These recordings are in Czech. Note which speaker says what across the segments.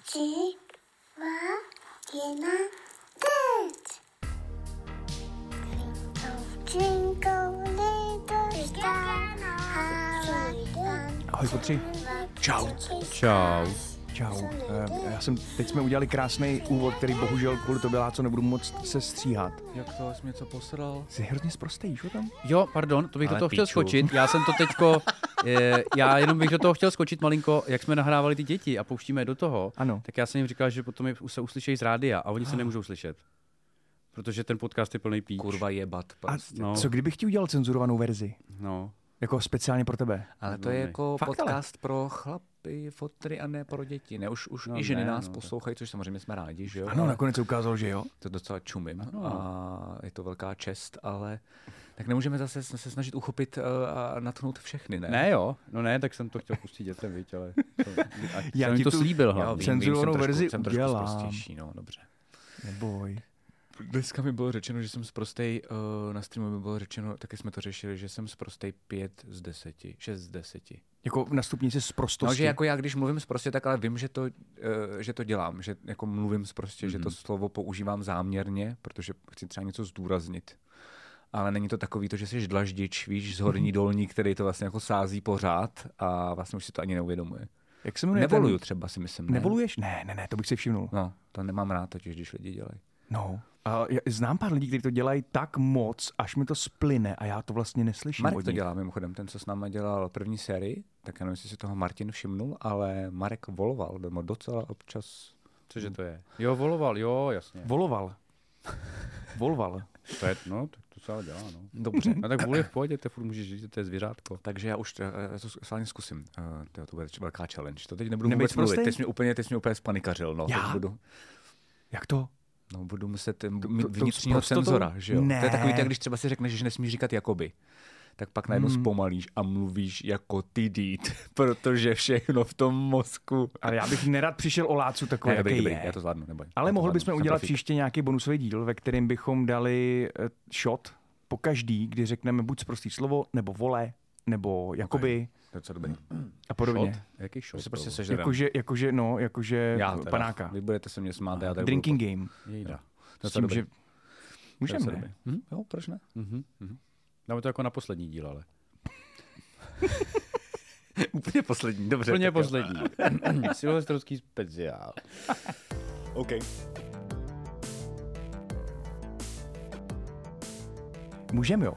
Speaker 1: dwa, jedna, tyć! Jingle little star, how I want
Speaker 2: Ahoj, potři. Čau.
Speaker 3: Čau.
Speaker 2: Čau. Eh, Já jsem, teď jsme udělali krásný úvod, který bohužel kvůli tobě, Láco, nebudu moc se stříhat.
Speaker 3: Jak to, jsi mě co posral?
Speaker 2: Jsi hrozně sprostý, jo tam?
Speaker 3: Jo, pardon, to bych do
Speaker 4: Ale
Speaker 3: toho chtěl
Speaker 4: piču.
Speaker 3: skočit. Já jsem to teďko, eh, já jenom bych do toho chtěl skočit malinko, jak jsme nahrávali ty děti a pouštíme je do toho,
Speaker 2: Ano.
Speaker 3: tak já jsem jim říkal, že potom je se uslyšejí z rádia a oni se nemůžou slyšet. Protože ten podcast je plný píč.
Speaker 4: Kurva jebat
Speaker 2: A
Speaker 4: prostě.
Speaker 3: no.
Speaker 2: co kdybych ti udělal cenzurovanou verzi?
Speaker 3: No.
Speaker 2: Jako speciálně pro tebe.
Speaker 4: Ale to
Speaker 3: No,
Speaker 4: je
Speaker 3: ne.
Speaker 4: jako
Speaker 2: Fakt,
Speaker 4: podcast pro chlapy, fotry a ne pro děti. Ne, už, už
Speaker 3: No,
Speaker 4: no, i ženy
Speaker 3: ne,
Speaker 4: ne, nás
Speaker 3: no,
Speaker 4: no,
Speaker 3: tak-
Speaker 4: poslouchají, což samozřejmě jsme rádi, že jo?
Speaker 2: Ano,
Speaker 4: ale
Speaker 2: nakonec se ukázalo, že jo.
Speaker 4: To docela čumím
Speaker 3: Ano.
Speaker 4: ano. a je to velká čest, ale tak nemůžeme zase s- se snažit uchopit eh, a natchnout všechny, ne?
Speaker 3: Ne jo, no ne, tak jsem to chtěl pustit dětem, víš, ale to, a
Speaker 2: Já
Speaker 3: jsem jim
Speaker 2: ti
Speaker 3: to
Speaker 2: tu-
Speaker 3: slíbil
Speaker 4: Já
Speaker 3: hlavně.
Speaker 4: vím,
Speaker 2: Cenzurovanou
Speaker 4: vím, jsem
Speaker 2: verzi
Speaker 4: trošku, jsem trošku
Speaker 2: udělám.
Speaker 4: sprostější, no, dobře.
Speaker 2: Neboj.
Speaker 4: Dneska mi bylo řečeno, že jsem zprostej, uh, na streamu mi bylo řečeno, taky jsme to řešili, že jsem zprostej 5 z 10, 6 z 10.
Speaker 2: Jako na stupnici z
Speaker 4: No,
Speaker 2: prostosti.
Speaker 4: že jako já, když mluvím prostě, tak ale vím, že to, uh, že to dělám, že jako mluvím prostě, mm-hmm. že to slovo používám záměrně, protože chci třeba něco zdůraznit. Ale není to takový to, že jsi dlaždič, víš, z horní dolní, který to vlastně jako sází pořád a vlastně už si to ani neuvědomuje.
Speaker 2: Jak se jmenuje ten-
Speaker 4: Nevoluju třeba, si myslím. Ne?
Speaker 2: Nevoluješ? Ne, ne, ne, to bych si všimnul.
Speaker 4: No, to nemám rád totiž, když lidi dělají.
Speaker 2: No. A já znám pár lidí, kteří to dělají tak moc, až mi to splyne a já to vlastně neslyším.
Speaker 4: Marek
Speaker 2: od
Speaker 4: to
Speaker 2: nich.
Speaker 4: dělá mimochodem, ten, co s náma dělal první sérii, tak já nevím, jestli si toho Martin všimnul, ale Marek voloval, nebo docela občas.
Speaker 3: Cože to je? Jo, voloval, jo, jasně.
Speaker 2: Voloval. Volval.
Speaker 3: To je, no, tak to se ale dělá, no.
Speaker 4: Dobře.
Speaker 3: No tak vůli je v pohodě, to furt můžeš říct, že to je zvířátko.
Speaker 4: Takže já už to, já to schválně zkusím. Uh, to, to bude velká challenge. To teď nebudu
Speaker 2: Nebejt
Speaker 4: vůbec mluvit.
Speaker 2: prostý?
Speaker 4: Teď jsi mě úplně, teď jsi mě úplně spanikařil. No.
Speaker 2: Já?
Speaker 4: Teď budu,
Speaker 2: Jak to?
Speaker 4: no, budu muset eh,
Speaker 2: to- prostě
Speaker 4: mít
Speaker 2: to
Speaker 4: vnitřního
Speaker 2: prostotou-
Speaker 4: senzora. Že jo? To
Speaker 2: Ne. Hmm.
Speaker 4: je takový, tak, když třeba si řekneš, že nesmíš říkat jakoby. Tak pak najednou zpomalíš a mluvíš jako ty dít, protože všechno v tom mozku.
Speaker 2: Ale já bych nerad přišel o lácu takový,
Speaker 4: Ne, dobrý,
Speaker 2: jako jaký
Speaker 4: dobrý,
Speaker 2: je.
Speaker 4: já to zvládnu, neboj.
Speaker 2: Ale
Speaker 4: Já to
Speaker 2: mohli
Speaker 4: zvládnu,
Speaker 2: bychom
Speaker 4: jsem
Speaker 2: udělat
Speaker 4: profík.
Speaker 2: příště nějaký bonusový díl, ve kterém bychom dali eh, shot po každý, kdy řekneme buď prostý slovo, nebo vole, nebo jakoby
Speaker 4: To je docela dobrý.
Speaker 2: a podobně.
Speaker 3: Shot? Jaký
Speaker 4: To
Speaker 3: šot?
Speaker 4: se prostě
Speaker 3: to?
Speaker 4: sežerem.
Speaker 2: Jakože, jakože, no, jakože
Speaker 4: Já teda.
Speaker 2: panáka.
Speaker 4: Vy budete se mě smát, já tady
Speaker 2: Drinking game.
Speaker 3: Jejda.
Speaker 4: budu...
Speaker 2: S tím, že... Můžeme, ne?
Speaker 4: Hm? Jo, proč ne?
Speaker 3: Mhm, mhm. Dáme to jako na poslední díl, ale.
Speaker 4: Úplně poslední, dobře.
Speaker 3: Úplně poslední. Silvestrovský speciál.
Speaker 4: OK.
Speaker 2: Můžeme, jo.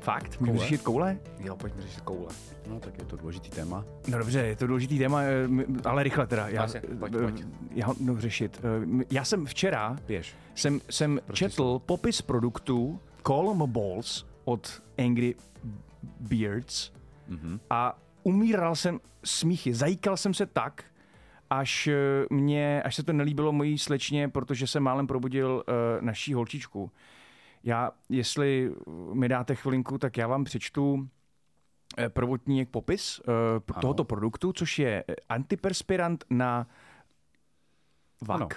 Speaker 2: Fakt? Můžeme
Speaker 3: Koule?
Speaker 2: řešit koule?
Speaker 4: Jo, pojďme řešit koule.
Speaker 3: No tak je to důležitý téma.
Speaker 2: No dobře, je to důležitý téma, eh, m- ale rychle teda. Já, eh,
Speaker 4: Pojď, pojď, pojď.
Speaker 2: já ho- no, řešit. Eh, m- Já jsem včera
Speaker 4: Běž.
Speaker 2: jsem, jsem četl popis produktů Column Balls od Angry Beards a umíral jsem smíchy, zajíkal jsem se tak, až eh, mě, až se to nelíbilo mojí slečně, protože jsem málem probudil uh, naší holčičku. Já, jestli mi dáte chvilinku, tak já vám přečtu eh, prvotní popis eh, p- tohoto produktu, což je eh, antiperspirant na vak.
Speaker 3: Ano.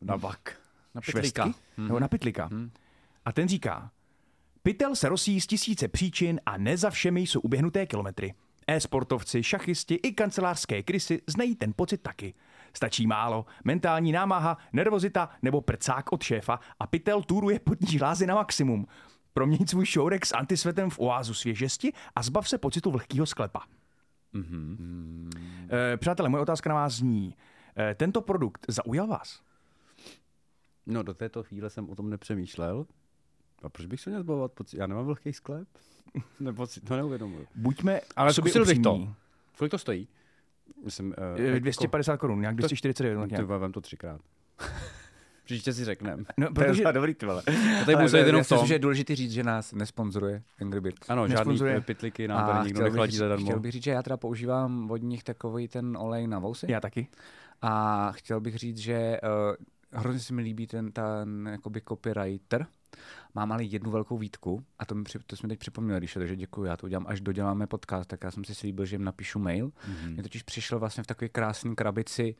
Speaker 4: Na vak.
Speaker 3: Na
Speaker 2: Švestky? Nebo na pitlika. A ten říká, pytel se rosí z tisíce příčin a ne za všemi jsou uběhnuté kilometry. E-sportovci, šachisti i kancelářské krysy znají ten pocit taky. Stačí málo, mentální námaha, nervozita nebo prcák od šéfa a pytel túruje potní žlázy na maximum. Proměň svůj šourek s antisvetem v oázu svěžesti a zbav se pocitu vlhkého sklepa. Eh, Přátelé, moje otázka na vás zní. eh, Tento produkt zaujal vás?
Speaker 3: No do této chvíle jsem o tom nepřemýšlel. A proč bych se měl zbavovat pocit? Já nemám velký sklep. Nebo si to neuvědomuji.
Speaker 2: Buďme
Speaker 3: Ale
Speaker 2: k sobě
Speaker 3: zkusil bych
Speaker 2: upřímní.
Speaker 3: to. Kolik to stojí? Myslím, eh,
Speaker 2: Eh,
Speaker 3: jako-
Speaker 2: 250 korun, nějak 249. tak
Speaker 3: Ty
Speaker 2: nějak.
Speaker 3: vole, vem to třikrát. Příště si řekneme.
Speaker 2: No, protože-
Speaker 3: To je dobrý, ty vole. To tady musel jít jenom v tom.
Speaker 4: že je důležité říct, že nás nesponzoruje Angry Birds.
Speaker 3: Ano, žádný
Speaker 2: nesponzoruje.
Speaker 3: eh, pitliky nám tady nikdo nechladí zadarmo.
Speaker 4: chtěl bych říct, že já teda používám od nich takový ten olej na vousy.
Speaker 2: Já taky.
Speaker 4: A chtěl bych říct, že uh, hrozně se mi líbí ten, ten jakoby copywriter. Mám ale jednu velkou výtku a to, mi, při- to jsme teď připomněli, Ríšo, takže děkuji, já to udělám, až doděláme podcast, tak já jsem si slíbil, že jim napíšu mail. Mm-hmm. Mě totiž přišlo vlastně v takové krásné krabici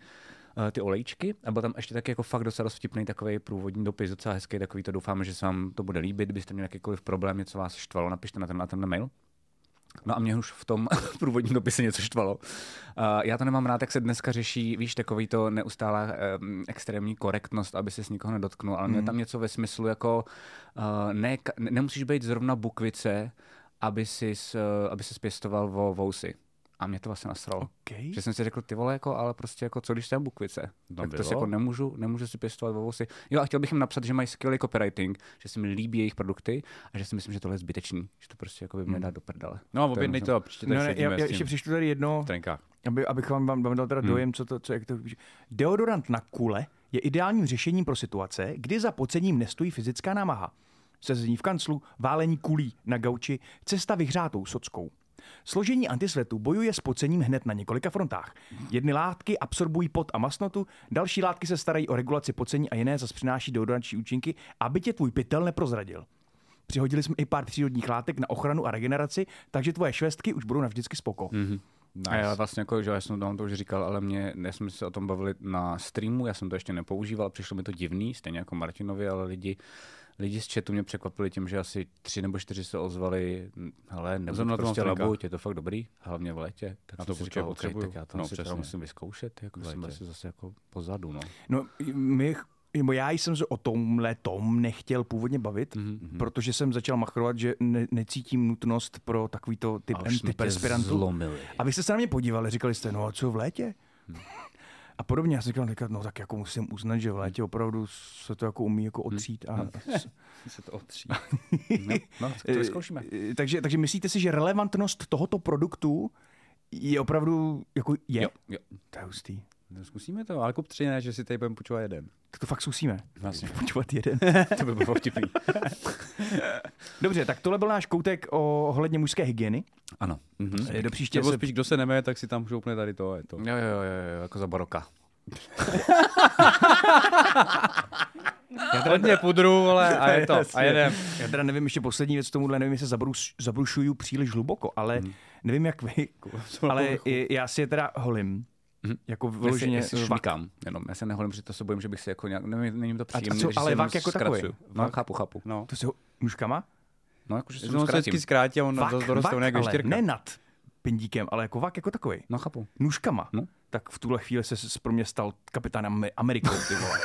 Speaker 4: eh, ty olejčky a byl tam ještě taky jako fakt docela dost vtipný takový průvodní dopis, docela hezký takový, to doufám, že se vám to bude líbit, byste měli jakýkoliv problém, něco vás štvalo, napište na ten, na ten mail. No a mě už v tom průvodním dopise něco štvalo. Uh, já to nemám rád, jak se dneska řeší, víš, takový to neustálá um, extrémní korektnost, aby se s nikoho nedotknul, ale mm. mě tam něco ve smyslu jako uh, ne, ka- ne, nemusíš být zrovna bukvice, aby si uh, aby ses pěstoval vo vousy. A mě to vlastně nasralo.
Speaker 2: Okay.
Speaker 4: Že jsem si řekl, ty vole, jako, ale prostě jako, co když jsem bukvice? No tak bylo. to si
Speaker 3: bylo.
Speaker 4: jako nemůžu, nemůžu si pěstovat vousy. Jo a chtěl bych jim napsat, že mají skvělý copywriting, že se mi líbí jejich produkty a že si myslím, že tohle je zbytečný, že to prostě jako by mě dá do prdele.
Speaker 3: No a objednej to a příště
Speaker 2: No,
Speaker 3: tady
Speaker 2: ne, já,
Speaker 3: sedíme
Speaker 2: já
Speaker 3: s
Speaker 2: ještě
Speaker 3: tím
Speaker 2: přečtu tady jedno,
Speaker 3: v trenkách.
Speaker 2: aby, abych vám, vám vám dal teda dojem, co to, co, jak to že Deodorant na kule je ideálním řešením pro situace, kdy za pocením nestojí fyzická námaha. Sezení v kanclu, válení kulí na gauči, cesta vyhřátou sockou. Složení antisletu bojuje s pocením hned na několika frontách. Jedny látky absorbují pot a masnotu, další látky se starají o regulaci pocení a jiné zase přináší deodorantční účinky, aby tě tvůj pytel neprozradil. Přihodili jsme i pár přírodních látek na ochranu a regeneraci, takže tvoje švestky už budou navždycky spoko. Mm-hmm.
Speaker 4: A já vlastně jako, že já jsem vám to už říkal, ale mě, já jsme se o tom bavili na streamu, já jsem to ještě nepoužíval, přišlo mi to divný, stejně jako Martinovi, ale lidi, lidi z chatu mě překvapili tím, že asi tři nebo čtyři se ozvali, "Hm, hele,
Speaker 3: Zrovna to
Speaker 4: nebuď
Speaker 3: mám v
Speaker 4: prostě
Speaker 3: trenkách."
Speaker 4: labuť, je to fakt dobrý, hlavně v létě. Tak
Speaker 3: A
Speaker 4: jsem
Speaker 3: to
Speaker 4: si
Speaker 3: určitě
Speaker 4: říkal, "OK,
Speaker 3: potřebuju."
Speaker 4: tak já to
Speaker 3: No,
Speaker 4: no, si teda
Speaker 3: přesně.
Speaker 4: musím vyzkoušet, jako
Speaker 3: V
Speaker 4: jsem
Speaker 3: létě.
Speaker 4: asi zase jako pozadu, no.
Speaker 2: No, my, nebo já jsem se o tomhle tom nechtěl původně bavit,
Speaker 4: Mhm.
Speaker 2: mm-hmm. protože jsem začal machrovat, že ne, necítím nutnost pro takovýto typ
Speaker 4: A už jsme tě
Speaker 2: antiperspirantů.
Speaker 4: zlomili.
Speaker 2: A vy jste se na mě podívali, říkali jste, no a co v létě?
Speaker 4: Mhm.
Speaker 2: A podobně, já jsem říkal, tak, no tak jako musím uznat, že v létě opravdu se to jako umí jako otřít.
Speaker 4: Mhm.
Speaker 2: A,
Speaker 3: Se to otří.
Speaker 4: No, no tak to vyzkoušíme.
Speaker 2: Eh, takže, takže myslíte si, že relevantnost tohoto produktu je opravdu, jako je?
Speaker 4: Jo, jo.
Speaker 2: To je hustý.
Speaker 3: No, zkusíme to, ale kup tři ne, že si tady budeme půjčovat jeden.
Speaker 2: Tak to fakt zkusíme.
Speaker 4: Vlastně.
Speaker 2: Počívat jeden.
Speaker 4: To by bylo vtipný.
Speaker 2: Dobře, tak tohle byl náš koutek o- ohledně mužské hygieny.
Speaker 4: Ano. Mhm.
Speaker 2: Eh, Do příště
Speaker 3: Nebo
Speaker 2: se...
Speaker 3: spíš, kdo se nemeje, tak si tam šoupne tady to a je to.
Speaker 4: Jo, jo, jo, jo, jako za baroka.
Speaker 3: Hodně pudru, ale a je to. A jedem.
Speaker 2: Já teda nevím, ještě poslední věc k tomuhle, nevím, jestli zabrus, zabrušuju příliš hluboko, ale nevím, jak vy, ale i- já si je teda holím. Jako vyloženě
Speaker 4: Vyloženě švakám, jenom. Já se neholím, že to se bojím, že bych si jako nějak, nevím, není mi to
Speaker 2: co-
Speaker 4: příjemné,
Speaker 2: ale
Speaker 4: že se jenom
Speaker 2: vak jako takový?
Speaker 4: zkracuju. No, chápu, chápu.
Speaker 3: No.
Speaker 2: To se ho- nůžkama?
Speaker 4: No, jakože se
Speaker 3: Že on se
Speaker 4: zkrátím.
Speaker 3: vždycky zkrátí a on
Speaker 2: Vak,
Speaker 3: zase doroste, on
Speaker 2: vak,
Speaker 3: jak
Speaker 2: ale
Speaker 3: veštěrka.
Speaker 2: ne nad pindíkem, ale jako vak jako takový.
Speaker 4: No, chápu.
Speaker 2: Nůžkama.
Speaker 4: No.
Speaker 2: Tak v tuhle chvíli se s- pro mě stal kapitán Am- Amerikou, ty vole.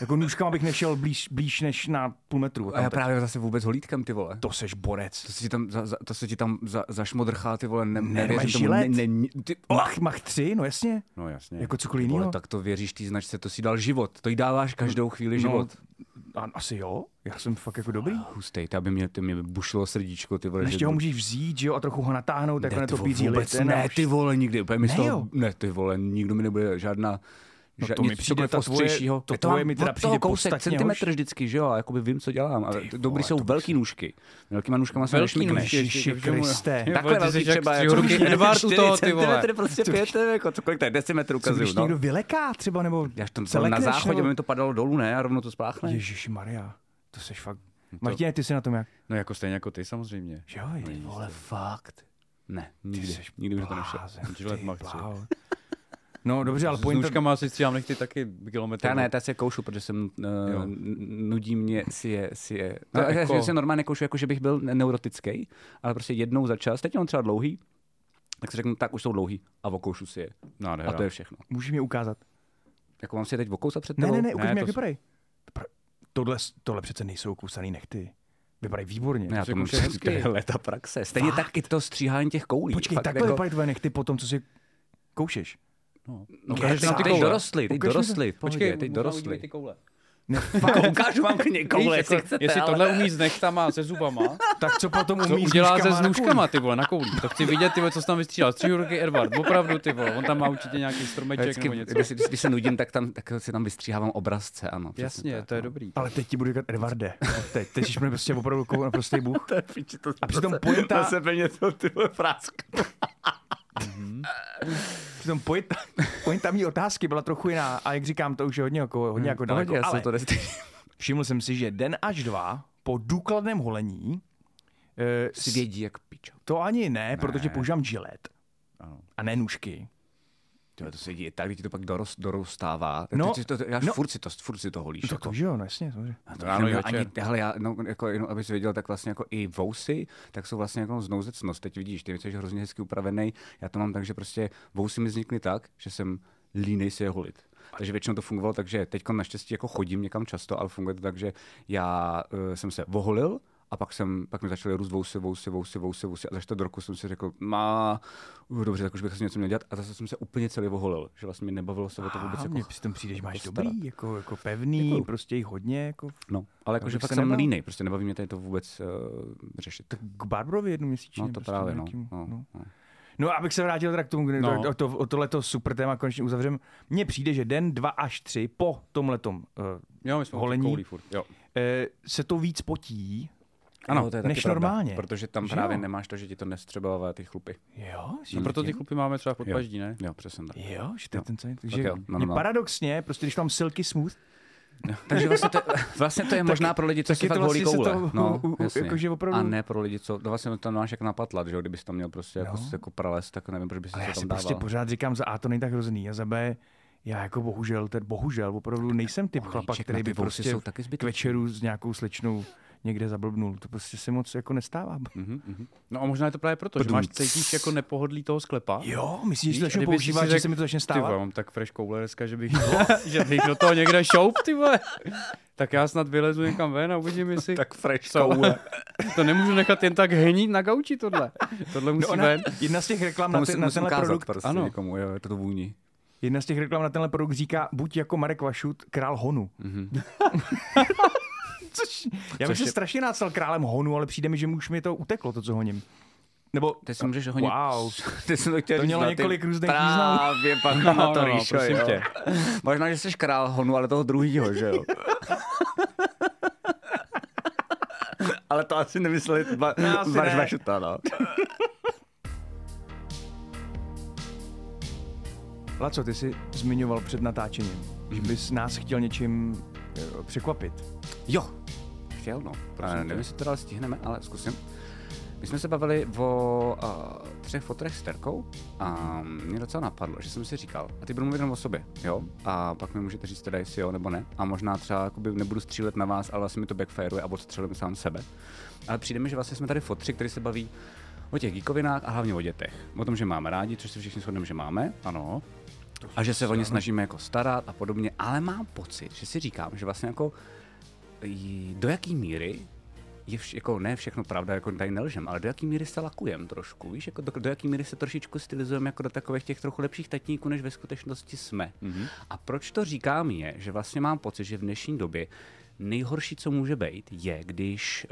Speaker 2: jako nůžkama bych nešel blíž, blíž než na půl metru.
Speaker 4: A
Speaker 2: Tam
Speaker 4: já
Speaker 2: tak-
Speaker 4: právě zase vůbec holítkem, ty vole. To,
Speaker 2: To seš borec.
Speaker 4: to se ti tam, za, za, to se ti tam za, zašmodrchá, ty vole, ne, nevěřím
Speaker 2: máš
Speaker 4: tomu.
Speaker 2: žilet?
Speaker 4: Ne, ne, ty,
Speaker 2: Mach, mach tři, no jasně.
Speaker 3: No jasně.
Speaker 2: Jako cokoliv
Speaker 4: vlastně. vole,
Speaker 2: jiného.
Speaker 4: tak to věříš té značce, to si dal život. To jí dáváš každou chvíli život.
Speaker 2: a, asi jo, já jsem fakt jako dobrý.
Speaker 4: Hustej, to aby mě, to mě bušilo srdíčko, ty vole.
Speaker 2: A
Speaker 4: že
Speaker 2: ještě ho
Speaker 4: budu-
Speaker 2: můžeš vzít, že jo, a trochu ho natáhnout, jako
Speaker 4: no. Ne,
Speaker 2: na
Speaker 4: ty
Speaker 2: to
Speaker 4: vole,
Speaker 2: pízí
Speaker 4: vůbec Ne, ty vole, nikdy. Úplně mi z
Speaker 2: Ne,
Speaker 4: toho-
Speaker 2: jo.
Speaker 4: ne, ty vole, nikdo mi nebude žádná
Speaker 2: No
Speaker 4: ža-
Speaker 2: to mi
Speaker 4: nic, co
Speaker 2: přijde
Speaker 4: bude
Speaker 2: ta tvoje-
Speaker 4: ostřejšího.
Speaker 2: to
Speaker 4: Je
Speaker 2: tvoje
Speaker 4: mám
Speaker 2: mi teda
Speaker 4: od
Speaker 2: přijde
Speaker 4: toho kousek,
Speaker 2: podstatně
Speaker 4: centimetr
Speaker 2: horší.
Speaker 4: vždycky, že jo, a jakoby vím, co dělám. Ale dobrý jsou velký nůžky. Velkýma nůžkama se
Speaker 3: Velký
Speaker 4: nešmikneš.
Speaker 3: nůžky, ještě,
Speaker 2: Ježiši
Speaker 3: ještě k tomu-
Speaker 2: Kriste.
Speaker 3: Ty vole,
Speaker 4: Takhle
Speaker 3: ty
Speaker 4: velký
Speaker 3: jsi jak
Speaker 4: třeba.
Speaker 3: tři
Speaker 4: jako
Speaker 3: ruky
Speaker 4: čtyři
Speaker 3: Edward u toho, ty vole.
Speaker 4: centimetry, prostě pět, jako co kolik to je, decimetr
Speaker 2: Co
Speaker 4: ukazuju.
Speaker 2: když
Speaker 4: no.
Speaker 2: někdo vyleká třeba, nebo
Speaker 4: Já to
Speaker 2: se
Speaker 4: na
Speaker 2: lekneš,
Speaker 4: záchodě,
Speaker 2: nebo-
Speaker 4: mi to padalo dolů, ne, a rovno to spláchne.
Speaker 2: Ježiši Maria, to seš fakt...
Speaker 4: No
Speaker 2: Martine, ty jsi na tom jak?
Speaker 3: No jako stejně jako ty samozřejmě.
Speaker 2: Jo, ty vole,
Speaker 4: fakt. Ne, nikdy,
Speaker 2: seš
Speaker 4: nikdy bych to nešel.
Speaker 2: blázen,
Speaker 3: Žilet
Speaker 2: ty
Speaker 3: mach tři.
Speaker 2: bláho. No dobře, ale
Speaker 3: S
Speaker 2: pointa...
Speaker 3: nůžkama si stříhám nechty taky kilometr.
Speaker 4: Já ne, já se koušu, protože jsem, uh,
Speaker 3: Jo.
Speaker 4: nudí mě si je, si je.
Speaker 3: No,
Speaker 4: No, jako...
Speaker 3: jako-
Speaker 4: Já se normálně nekoušu, jako že bych byl ne- neurotický, ale prostě jednou za čas, teď mám třeba dlouhý, tak si řeknu, tak už jsou dlouhý a okoušu si je. No,
Speaker 3: Nádhera.
Speaker 4: A to je všechno.
Speaker 2: Můžeš mi ukázat?
Speaker 4: Jako mám si je teď okousat před
Speaker 2: Ne,
Speaker 4: tebou?
Speaker 2: ne, ne, ukaž
Speaker 3: Ne,
Speaker 2: mi, jak
Speaker 3: to jsou-
Speaker 2: vypadají. Pr- Tohle, tohle přece nejsou kousaný nechty. Vypadají výborně.
Speaker 4: Ne, já to
Speaker 3: Řeknu,
Speaker 4: mám
Speaker 3: že hezky.
Speaker 4: hezky. Leta praxe. Stejně
Speaker 2: Fakt?
Speaker 4: tak i to stříhání těch koulí.
Speaker 2: Počkej,
Speaker 4: Fakt
Speaker 2: takhle
Speaker 4: jako-
Speaker 2: vypadají tvoje nechty po tom, co si koušeš.
Speaker 4: No,
Speaker 2: Ukáž
Speaker 4: teď-
Speaker 2: nám ty
Speaker 4: teď
Speaker 2: koule.
Speaker 4: dorostli, teď
Speaker 2: Ukaž mi to.
Speaker 4: dorostli. Počkej, teď
Speaker 3: možná uvidíme
Speaker 4: dorostli.
Speaker 3: ty koule.
Speaker 4: Ukážu vám k něj koule,
Speaker 3: Víš,
Speaker 4: jestli
Speaker 3: jako,
Speaker 4: chcete,
Speaker 3: jestli
Speaker 4: ale-
Speaker 3: tohle umí s nechtama, se zubama,
Speaker 2: Tak co potom
Speaker 3: co
Speaker 2: umí
Speaker 3: udělá
Speaker 2: nůžkama
Speaker 3: se s
Speaker 2: na
Speaker 3: nůžkama, ty vole, na koulí. To chci vidět, ty vole, co jsi tam vystřílel. Stříhu ruky Edward, opravdu, ty vole. On tam má určitě nějaký
Speaker 4: Já
Speaker 3: stromeček
Speaker 4: Vždycky,
Speaker 3: nebo něco.
Speaker 4: když, si- když, se nudím, tak, tam, tak si tam vystříhávám obrazce, ano. přesně
Speaker 3: Jasně,
Speaker 4: tak,
Speaker 3: to je
Speaker 4: no.
Speaker 3: dobrý.
Speaker 2: Ale teď ti budu říkat Edvarde. Teď, teď jsi mi prostě opravdu jako naprostý bůh.
Speaker 4: Piči, to
Speaker 2: A přitom
Speaker 4: zase-
Speaker 2: pointa-
Speaker 4: na sebe něco ty vole frásk.
Speaker 2: Přitom pointa, pointa mý otázky byla trochu jiná. A jak říkám, to už je hodně jako, hodně jako daleko.
Speaker 4: Hmm, Pohodě, já se
Speaker 2: Ale
Speaker 4: to nestydím.
Speaker 2: všiml jsem si, že den až dva po důkladném holení eh,
Speaker 4: Si
Speaker 2: s-
Speaker 4: vědí jak pičo.
Speaker 2: to ani ne, protože používám žilet
Speaker 3: Ano.
Speaker 4: No
Speaker 2: a ne nůžky.
Speaker 4: Tyhle, to se děje tak, když ti to pak dorost, dorostává.
Speaker 2: No,
Speaker 4: No, ty, to, to, já
Speaker 2: no.
Speaker 4: no, furt si to, furt si to holíš.
Speaker 2: No
Speaker 4: jako.
Speaker 2: to že jo, no jasně. samozřejmě.
Speaker 4: A
Speaker 3: To ráno i
Speaker 4: já
Speaker 3: večer.
Speaker 4: ani, hele, já, no, jako, jenom, abys věděl, tak vlastně jako i vousy, tak jsou vlastně jako znouzecnost. Teď vidíš, ty jsi hrozně hezky upravený. Já to mám tak, že prostě vousy mi vznikly tak, že jsem línej si je holit. Takže většinou to fungovalo tak, že teď naštěstí jako chodím někam často, ale funguje to tak, že já uh, jsem se voholil a pak, jsem, pak mi začaly růst vousy, vousy, vousy, vousy, vousy. A za čtvrt roku jsem si řekl, má, uh, dobře, tak už bych asi něco měl dělat. A zase jsem se úplně celý voholil, že vlastně mi nebavilo se o to vůbec.
Speaker 2: A
Speaker 4: jako
Speaker 2: mě při tom přijdeš, máš
Speaker 4: postarat.
Speaker 2: dobrý, jako, jako pevný,
Speaker 4: Děkuju.
Speaker 2: prostě jich hodně, jako
Speaker 4: No, ale jakože
Speaker 2: bych
Speaker 4: fakt
Speaker 2: se
Speaker 4: jsem
Speaker 2: nebál.
Speaker 4: línej, prostě nebaví mě tady to vůbec uh, řešit.
Speaker 2: k Barbrovi jednu měsíčně.
Speaker 4: no to
Speaker 2: prostě
Speaker 4: právě, no.
Speaker 2: nějakým,
Speaker 4: no, no.
Speaker 2: No, abych se vrátil teda k tomu,
Speaker 3: No.
Speaker 2: no. to, to, o tohleto super téma konečně uzavřem. Mně přijde, že den, dva až tři po tomhletom uh,
Speaker 3: Jo, my jsme
Speaker 2: Holení.
Speaker 3: koulí furt. Jo.
Speaker 2: se to víc potí.
Speaker 4: Ano, to je taky
Speaker 2: než
Speaker 4: pravda,
Speaker 2: normálně.
Speaker 4: Protože tam
Speaker 2: Že
Speaker 4: právě
Speaker 2: jo?
Speaker 4: nemáš to, že ti to nestřebává ty chlupy.
Speaker 2: Jo,
Speaker 3: A proto ty chlupy máme třeba v
Speaker 4: Jo. No
Speaker 3: podpaždí, ne?
Speaker 4: Jo, přesně tak.
Speaker 2: Jo, že to je
Speaker 4: Jo.
Speaker 2: ten celý.
Speaker 4: Tak
Speaker 2: Takže
Speaker 4: jo, no,
Speaker 2: mě
Speaker 4: no.
Speaker 2: paradoxně, prostě když mám silky smooth,
Speaker 4: Takže vlastně to, vlastně to je možná pro lidi, co
Speaker 2: tak
Speaker 4: si
Speaker 2: je to
Speaker 4: fakt volí
Speaker 2: vlastně se
Speaker 4: koule.
Speaker 2: to-
Speaker 4: no,
Speaker 2: u- u-
Speaker 4: jasně.
Speaker 2: jakože opravdu-
Speaker 4: A ne pro lidi, co... No vlastně to máš jak napatlat, že jo? Kdybys tam měl prostě jako,
Speaker 2: No.
Speaker 4: jako prales, tak nevím, proč bys
Speaker 2: ale já
Speaker 4: se
Speaker 2: si
Speaker 4: tam
Speaker 2: prostě
Speaker 4: dával.
Speaker 2: pořád říkám, za A to není tak hrozný a za B já jako bohužel, ten bohužel, opravdu nejsem typ chlapa,
Speaker 4: Olejček
Speaker 2: který
Speaker 4: na ty
Speaker 2: by
Speaker 4: vousy
Speaker 2: prostě
Speaker 4: jsou taky
Speaker 2: k
Speaker 4: zbytečný.
Speaker 2: večeru s nějakou slečnou někde zablbnul. To prostě se moc jako nestává.
Speaker 3: No a možná je to právě proto, že máš cítíš jako nepohodlí toho sklepa.
Speaker 2: Jo, myslíš, že to
Speaker 3: Víš, a
Speaker 2: začnu
Speaker 3: kdyby jsi si
Speaker 2: používat, že
Speaker 3: řekl,
Speaker 2: se mi to začne
Speaker 3: Ty vole,
Speaker 2: stávat?
Speaker 3: mám tak fresh koule dneska, že bych, že bych do toho někde šoup, ty vole. Tak já snad vylezu někam ven a uvidím, jestli... tak fresh koule. to nemůžu nechat jen tak hnít na gauči tohle.
Speaker 4: No,
Speaker 3: Tohle musí
Speaker 2: Ona,
Speaker 3: ven.
Speaker 2: jedna z těch reklam
Speaker 4: To
Speaker 2: na,
Speaker 4: musí-
Speaker 2: ten, na
Speaker 4: musí
Speaker 2: tenhle
Speaker 4: ukázat
Speaker 2: produkt,
Speaker 4: Prostě
Speaker 3: ano.
Speaker 4: ano. Někomu, jo, je to to vůni.
Speaker 2: jedna z těch reklam na tenhle produkt říká, buď jako Marek Vašut, král honu. Což, já bych
Speaker 4: Mhm. Což
Speaker 2: se
Speaker 4: je-
Speaker 2: strašně rád stal králem honu, ale přijde mi, že už mi to uteklo, to, co honím. Nebo
Speaker 4: Ty si můžeš honit.
Speaker 2: Wow.
Speaker 4: Ty jsem to chtěl
Speaker 2: To
Speaker 4: říct,
Speaker 2: mělo
Speaker 4: no, ty-
Speaker 2: několik různých významů.
Speaker 4: Právě, pan no, no,
Speaker 3: no,
Speaker 4: to Ríšo,
Speaker 3: prosím
Speaker 4: jo.
Speaker 3: tě.
Speaker 4: Možná, že jsi král honu, ale toho druhýho, že jo? ale to asi nemysleli ba-
Speaker 2: asi
Speaker 4: Barš
Speaker 2: ne.
Speaker 4: Vašuta, no.
Speaker 2: Laco, ty jsi zmiňoval před natáčením, že
Speaker 4: Mhm.
Speaker 2: bys nás chtěl něčím eh, překvapit.
Speaker 4: Jo, chtěl, no.
Speaker 3: Prosím
Speaker 4: Prosím,
Speaker 3: tě.
Speaker 4: nevím, jestli to dál stihneme, ale zkusím. My jsme se bavili o uh, třech fotrech s Terkou a mě docela napadlo, že jsem si říkal, a ty budu mluvit jenom o sobě, jo? A pak mi můžete říct teda, jestli jo nebo ne. A možná třeba jakoby, nebudu střílet na vás, ale vlastně mi to backfireuje a odstřelím sám sebe. Ale přijde mi, že vlastně jsme tady fotři, který se baví o těch geekovinách a hlavně o dětech. O tom, že máme rádi, což se všichni shodneme, že máme, ano. A že se o ně snažíme jako starat a podobně, ale mám pocit, že si říkám, že vlastně jako j- do jaký míry je vš- jako ne všechno pravda, jako tady nelžem, ale do jaký míry se lakujem trošku, víš, jako do, do jaký míry se trošičku stylizujeme jako do takových těch trochu lepších tatníků, než ve skutečnosti jsme. Mm-hmm. A proč to říkám je, že vlastně mám pocit, že v dnešní době nejhorší, co může být, je, když,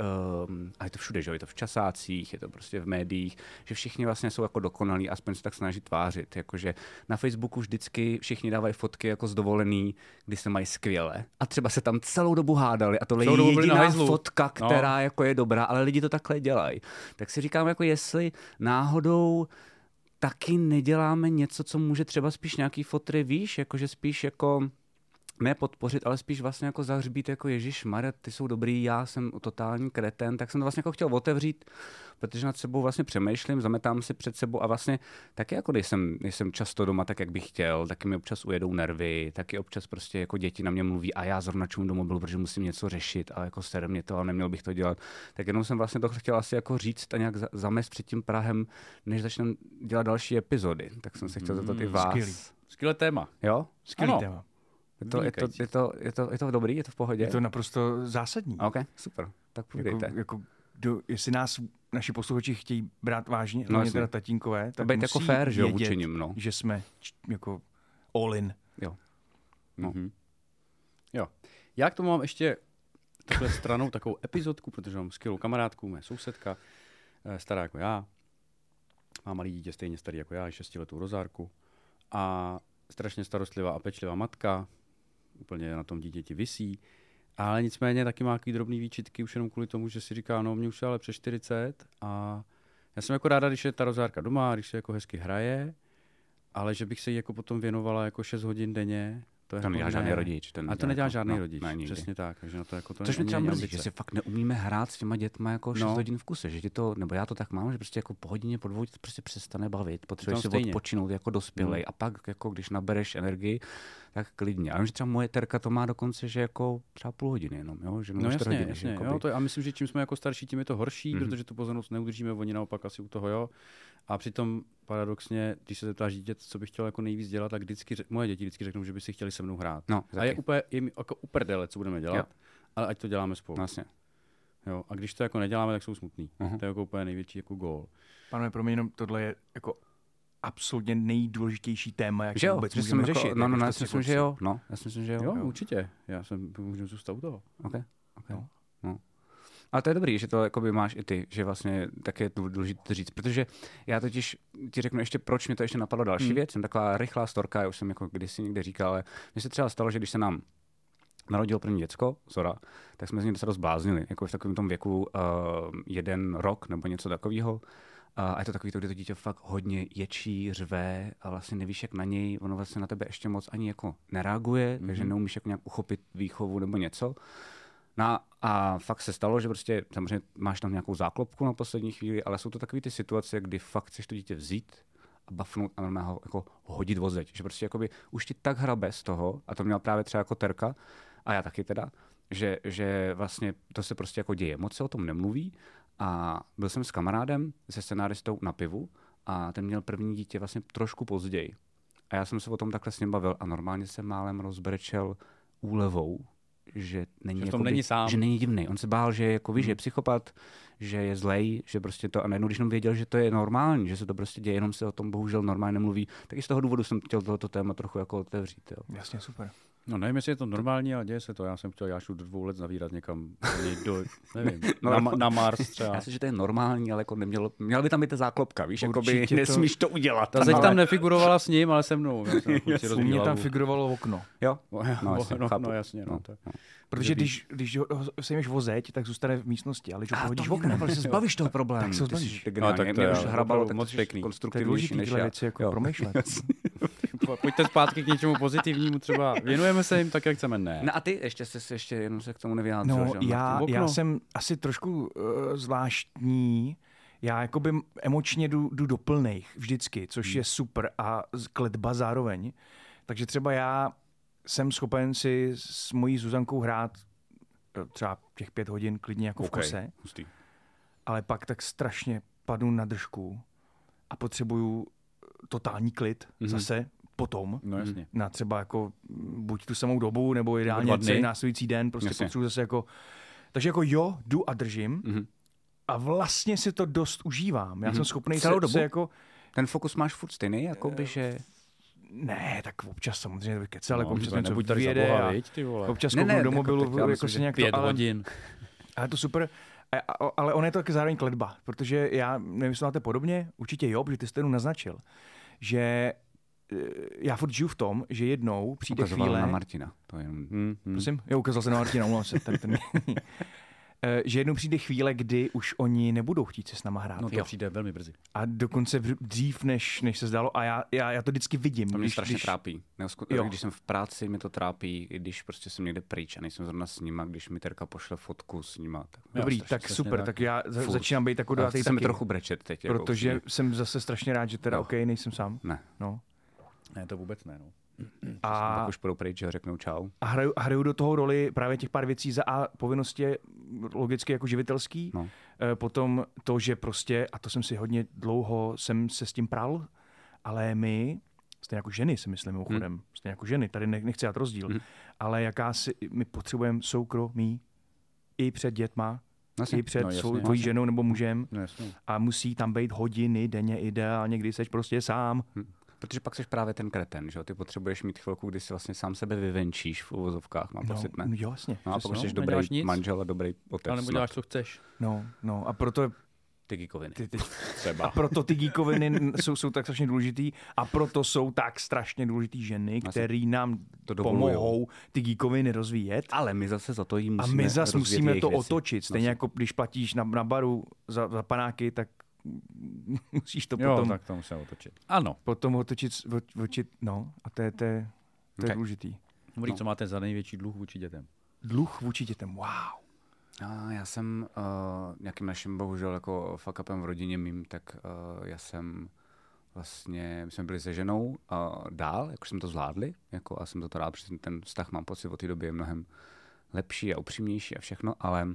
Speaker 4: um, a je to všude, že jo, je to v časácích, je to prostě v médiích, že všichni vlastně jsou jako dokonalí, aspoň se tak snaží tvářit, jakože na Facebooku vždycky všichni dávají fotky jako z dovolený, kdy se mají skvěle a třeba se tam celou dobu hádali a tohle je
Speaker 3: Celou dobu byli na
Speaker 4: jediná
Speaker 3: hajzlu.
Speaker 4: fotka,
Speaker 3: No.
Speaker 4: která a jako je dobrá, ale lidi to takhle dělají. Tak si říkám, jako jestli náhodou taky neděláme něco, co může třeba spíš nějaký fotry, víš, jakože spíš jako ne podpořit, ale spíš vlastně jako zahřbít jako Ježíš Maria, ty jsou dobrý, já jsem totální kreten, tak jsem to vlastně jako chtěl otevřít, protože nad sebou vlastně přemýšlím, zametám si před sebou a vlastně taky jako nejsem, nejsem často doma tak, jak bych chtěl, taky mi občas ujedou nervy, taky občas prostě jako děti na mě mluví a já zrovna čum do mobilu, protože musím něco řešit a jako sere mě to a neměl bych to dělat. Tak jenom jsem vlastně to chtěl asi jako říct a nějak za- zamést před tím Prahem, než začneme dělat další epizody. Tak jsem se chtěl zeptat i vás.
Speaker 2: Mm, skvělý.
Speaker 3: Skvělé téma.
Speaker 4: Jo?
Speaker 2: Skvělý
Speaker 3: Ano.
Speaker 2: téma.
Speaker 4: Je to, je, to, je, to, je, to, je to dobrý? Je to v pohodě?
Speaker 2: Je to naprosto zásadní.
Speaker 4: OK, super. Tak
Speaker 2: Jako,
Speaker 4: povídejte.
Speaker 2: jako do, jestli nás naši posluchači chtějí brát vážně, no,
Speaker 4: jasně.
Speaker 2: teda tatínkové, tak
Speaker 4: být
Speaker 2: musí
Speaker 4: jako fair, že jo,
Speaker 2: vědět,
Speaker 4: vůči nim, no.
Speaker 2: že jsme č- jako all in.
Speaker 4: Jo.
Speaker 3: Jo. Já k tomu mám ještě takhle stranou takovou epizodku, protože mám skvělou kamarádku, moje sousedka, eh, stará jako já. Má malý dítě stejně starý jako já, šestiletou rozárku. A strašně starostlivá a pečlivá matka, úplně na tom dítěti visí. Ale nicméně taky má takový drobný výčitky už jenom kvůli tomu, že si říká, no mě už je ale přes 40 a já jsem jako ráda, když je ta rozárka doma, když se jako hezky hraje, ale že bych se jí jako potom věnovala jako 6 hodin denně, To je
Speaker 4: To
Speaker 3: jako
Speaker 4: nedělá žádný rodič, to
Speaker 3: a to
Speaker 4: nedělá
Speaker 3: nedělá
Speaker 4: jako-
Speaker 3: žádný
Speaker 4: no,
Speaker 3: rodič,
Speaker 4: ne, nikdy.
Speaker 3: přesně tak. Takže na to jako to
Speaker 4: Což mi
Speaker 3: není
Speaker 4: třeba
Speaker 3: ani
Speaker 4: mrzí,
Speaker 3: ambice.
Speaker 4: že si fakt neumíme hrát s těma dětma jako 6
Speaker 3: No.
Speaker 4: hodin v kuse, že ti to, nebo já to tak mám, že prostě jako po hodině, po dvou tě to prostě přestane bavit, potřebuješ
Speaker 3: No,
Speaker 4: si
Speaker 3: stejně. Mm.
Speaker 4: odpočinout jako dospělej a pak jako když nabereš energii, tak klidně. A vím, že třeba moje terka to má dokonce, že jako třeba půl hodiny jenom, jo? že
Speaker 3: No
Speaker 4: nebo 4
Speaker 3: jasně,
Speaker 4: hodiny.
Speaker 3: jasně.
Speaker 4: že
Speaker 3: Jo,
Speaker 4: jako jakoby- Mhm.
Speaker 3: to je, a myslím, že čím jsme jako starší, tím je to horší, mm-hmm. protože tu pozornost neudržíme, oni naopak asi u toho jo. A přitom paradoxně, když se zeptáš dítě, co by chtěl jako nejvíc dělat, tak vždycky, řek- moje děti vždycky řeknou, že by si chtěli se mnou hrát.
Speaker 4: No,
Speaker 3: a je
Speaker 4: taky.
Speaker 3: úplně, je mi jako uprdele, co budeme dělat,
Speaker 4: Jo.
Speaker 3: jo. ale ať to děláme spolu.
Speaker 4: No, Mhm. jasně.
Speaker 3: Jo. A když to jako neděláme, tak jsou smutný.
Speaker 4: Aha.
Speaker 3: Uh-huh. To je jako úplně největší jako gól.
Speaker 2: Pane, pro mě jenom tohle je jako absolutně nejdůležitější téma, jak
Speaker 4: Že jo,
Speaker 2: vůbec
Speaker 4: že
Speaker 2: můžeme
Speaker 3: jako
Speaker 2: jako-
Speaker 4: jsem
Speaker 2: řešit.
Speaker 4: řešit. No, no,
Speaker 2: jakožto
Speaker 4: no, já si myslím, že
Speaker 2: cyklisté.
Speaker 4: jo. No, já si myslím, že jo.
Speaker 3: Jo, jo, určitě. Já jsem, můžu zůstat u toho.
Speaker 4: Okay. Okay.
Speaker 2: No.
Speaker 4: No. Ale to je dobrý, že to jakoby máš i ty, že vlastně tak je to důležité to říct, protože já totiž ti řeknu ještě, proč mě to ještě napadlo další hmm. věc, jsem taková rychlá storka, já už jsem jako kdysi někde říkal, ale mně se třeba stalo, že když se nám narodil první děcko, Zora, tak jsme z něj docela zbláznili, jako v takovém tom věku uh, jeden rok nebo něco takového. Uh, A je to takový to, kdy to dítě fakt hodně ječí, řve a vlastně nevíš, jak na něj, ono vlastně na tebe ještě moc ani jako nereaguje, mm-hmm. takže neumíš jako nějak uchopit výchovu nebo něco. No a- a fakt se stalo, že prostě samozřejmě máš tam nějakou záklopku na poslední chvíli, ale jsou to takové ty situace, kdy fakt chceš to dítě vzít a bafnout a normálně ho jako hodit o zeď. Že prostě jakoby už ti tak hrabe z toho, a to měla právě třeba jako Terka, a já taky teda, že, že vlastně to se prostě jako děje. Moc se o tom nemluví a byl jsem s kamarádem, se scenáristou na pivu a ten měl první dítě vlastně trošku později. A já jsem se o tom takhle s ním bavil a normálně se málem rozbrečel úlevou, že není,
Speaker 3: Že v tom
Speaker 4: jakoby-
Speaker 3: není sám.
Speaker 4: že není divný. On se bál, že je, jako, víš, že je psychopat, že je zlej, že prostě to, a najednou, když jenom věděl, že to je normální, že se to prostě děje, jenom se o tom bohužel normálně nemluví, tak i z toho důvodu jsem chtěl tohoto téma trochu jako otevřít. Jo.
Speaker 2: Jasně, super.
Speaker 3: No nevím, jestli je to normální, ale děje se to. Já jsem chtěl Jášu do dvou let zavírat někam úplně do, nevím,
Speaker 4: No,
Speaker 3: na,
Speaker 4: no.
Speaker 3: Ma- na Mars
Speaker 4: Já
Speaker 3: třeba.
Speaker 4: myslím, že to je normální, ale jako nemělo, měla by tam být ta záklopka, víš, jako by
Speaker 2: Určitě to-
Speaker 4: nesmíš to udělat.
Speaker 3: Ta zeď tam nefigurovala s ním, ale se mnou. Já jsem chuť si
Speaker 2: U
Speaker 3: rozbíjel
Speaker 2: mě tam
Speaker 3: hlavu.
Speaker 2: figurovalo okno.
Speaker 4: Jo,
Speaker 3: No,
Speaker 4: No, jasně,
Speaker 3: no,
Speaker 4: chápu.
Speaker 3: no, jasně, no,
Speaker 4: No.
Speaker 3: to je-
Speaker 2: Protože když, když ho ho sejmeš o zeď, tak zůstane v prostě místnosti, ale když ho hodíš oknem,
Speaker 4: ale se zbavíš toho problému.
Speaker 2: Tak se ho
Speaker 4: Hm, Ty jsi
Speaker 2: zbavíš.
Speaker 4: geniální.
Speaker 3: No, tak to
Speaker 4: Mě
Speaker 3: jo,
Speaker 4: už hrabalo,
Speaker 3: opravdu
Speaker 4: tak
Speaker 3: moc
Speaker 4: moc
Speaker 3: pěkný.
Speaker 4: pěkný.
Speaker 3: To je
Speaker 2: to je
Speaker 4: konstruktivnější
Speaker 2: důležitý
Speaker 4: než
Speaker 2: tyhle
Speaker 4: já.
Speaker 2: věci jako
Speaker 4: Jo.
Speaker 2: promýšlet.
Speaker 3: Po- Pojďte zpátky k něčemu pozitivnímu třeba. Věnujeme se jim tak, jak chceme. Ne.
Speaker 4: No a ty ještě jsi se ještě jenom se k tomu nevyjádřil.
Speaker 2: No,
Speaker 4: že jo,
Speaker 2: já,
Speaker 3: Martin?
Speaker 2: já
Speaker 3: Okno.
Speaker 2: jsem asi trošku uh, zvláštní. Já jakoby emočně jdu, jdu do plných vždycky, což
Speaker 3: Hmm.
Speaker 2: je super a z- kletba zároveň. Takže třeba já jsem schopen si s mojí Zuzankou hrát eh, třeba těch pět hodin klidně jako v
Speaker 3: Okej,
Speaker 2: kose,
Speaker 3: hustý.
Speaker 2: ale pak tak strašně padnu na držku a potřebuju eh, totální klid mm-hmm. zase potom
Speaker 3: Mhm. No jasně.
Speaker 2: na třeba jako mm, buď tu samou dobu, nebo ideálně
Speaker 3: dva
Speaker 2: celý
Speaker 3: dny.
Speaker 2: následující den, prostě
Speaker 3: Jasně.
Speaker 2: potřebuji zase jako... Takže jako jo, jdu a držím
Speaker 4: Mhm.
Speaker 2: a vlastně si to dost užívám. Já jsem schopný
Speaker 4: Celou
Speaker 2: se,
Speaker 4: dobu?
Speaker 2: se jako...
Speaker 4: Ten fokus máš furt stejný, jako by, že...
Speaker 2: Ne, tak občas samozřejmě to kece, ale
Speaker 3: No,
Speaker 2: občas
Speaker 3: třeba
Speaker 2: něco
Speaker 3: nebuď tady za
Speaker 2: vyjede
Speaker 3: Boha,
Speaker 2: a
Speaker 3: viď, ty vole.
Speaker 2: občas
Speaker 4: Ne, ne,
Speaker 2: kouknu do
Speaker 4: jako
Speaker 2: mobilu,
Speaker 4: tak já
Speaker 2: jako,
Speaker 4: myslím,
Speaker 2: si
Speaker 4: že
Speaker 2: nějak
Speaker 3: Pět
Speaker 2: to, ale,
Speaker 3: hodin.
Speaker 2: ale to super, a, a, ale ono je to taky zároveň kledba, protože já, nevím, jestli to máte podobně, určitě jo, protože ty jsi to jenom naznačil, že eh, já furt žiju v tom, že jednou přijde
Speaker 4: Ukazoval
Speaker 2: chvíle,
Speaker 4: na Martina.
Speaker 2: No,
Speaker 4: To je jenom...
Speaker 2: Hmm,
Speaker 3: Hm, hm.
Speaker 2: Prosím? Jo, ukázal se na Martina, omlouvám se. Ten, ten... Eh, že jednou přijde chvíle, kdy už oni nebudou chtít se s náma hrát.
Speaker 3: No to
Speaker 2: Jo.
Speaker 3: přijde velmi brzy.
Speaker 2: A dokonce v- dřív, než, než se zdálo, a já, já, já to vždycky vidím.
Speaker 4: To mě
Speaker 2: když,
Speaker 4: strašně
Speaker 2: když...
Speaker 4: trápí. Neusku...
Speaker 2: Jo.
Speaker 4: Když jsem v práci, mě to trápí, i když prostě jsem někde pryč a nejsem zrovna s nima, když mi Terka pošle fotku s nima. Tak...
Speaker 2: Dobrý,
Speaker 3: strašně,
Speaker 2: tak
Speaker 3: strašně
Speaker 2: super,
Speaker 3: tak.
Speaker 2: tak, já za,
Speaker 4: Furt.
Speaker 2: začínám být jako
Speaker 4: Ale
Speaker 2: dojatý
Speaker 4: chci se mi
Speaker 2: taky,
Speaker 4: trochu brečet teď. jako
Speaker 2: Protože
Speaker 4: upřímně.
Speaker 2: jsem zase strašně rád, že teda
Speaker 4: Jo.
Speaker 2: OK, nejsem sám.
Speaker 4: Ne.
Speaker 2: No.
Speaker 3: Ne, to vůbec ne. No.
Speaker 2: A,
Speaker 4: Pak už půjdou pryč, že řeknou čau.
Speaker 2: a hraju, a hraju do toho roli právě těch pár věcí za A povinnosti je logicky jako živitelský,
Speaker 4: No.
Speaker 2: no. potom to, že prostě, a to jsem si hodně dlouho jsem se s tím pral, ale my, stejně jako ženy si myslím mimochodem, hmm. stejně jako ženy, tady ne, nechci dát rozdíl, hmm. ale jaká si, my potřebujeme soukromí i před dětma,
Speaker 4: Jasně.
Speaker 2: i před
Speaker 3: No,
Speaker 2: no,
Speaker 3: jasně,
Speaker 2: svou,
Speaker 3: jasně.
Speaker 2: tvojí ženou nebo mužem
Speaker 3: No, jasně.
Speaker 2: a musí tam být hodiny denně ideálně, kdy seš prostě sám.
Speaker 4: Hm, Protože pak jsi právě ten kreten, že jo? Ty potřebuješ mít chvilku, kdy si vlastně sám sebe vyvenčíš v uvozovkách, mám
Speaker 2: No,
Speaker 4: pocit, ne?
Speaker 2: no jo, jasně.
Speaker 4: No a
Speaker 3: přesně,
Speaker 4: pak jsi
Speaker 3: no,
Speaker 4: dobrý
Speaker 3: neděláš nic.
Speaker 4: manžel a dobrý otec.
Speaker 3: Ale nebo
Speaker 4: snad.
Speaker 3: děláš, co chceš.
Speaker 2: No, no a proto
Speaker 4: ty gikoviny.
Speaker 2: ty, ty,
Speaker 3: Třeba.
Speaker 2: A proto ty díkoviny n- jsou, jsou tak strašně důležitý a proto jsou tak strašně důležitý ženy, které nám
Speaker 4: To
Speaker 2: to
Speaker 4: dovolujou.
Speaker 2: pomohou ty díkoviny rozvíjet.
Speaker 4: Ale my zase za to jí
Speaker 2: A
Speaker 4: musíme
Speaker 2: my zase
Speaker 4: rozvíjet
Speaker 2: musíme
Speaker 4: jejich
Speaker 2: to
Speaker 4: věci. No.
Speaker 2: otočit. Stejně jako když platíš na, na baru za, za panáky, tak musíš to
Speaker 3: Jo,
Speaker 2: potom,
Speaker 3: tak to musím otočit. Ano.
Speaker 2: potom otočit, s- oč- očit, no a to je, to je, to je
Speaker 4: Okay.
Speaker 2: důležitý.
Speaker 3: Dobrý, no. co máte za největší dluh vůči dětem?
Speaker 2: Dluh vůči dětem, wow.
Speaker 4: A já jsem uh, nějakým naším bohužel jako fuck upem v rodině mým, tak uh, já jsem vlastně, my jsme byli se ženou uh, dál, jako jsme to zvládli, jako a jsem za to rád, protože ten vztah mám pocit od té doby je mnohem lepší a upřímnější a všechno, ale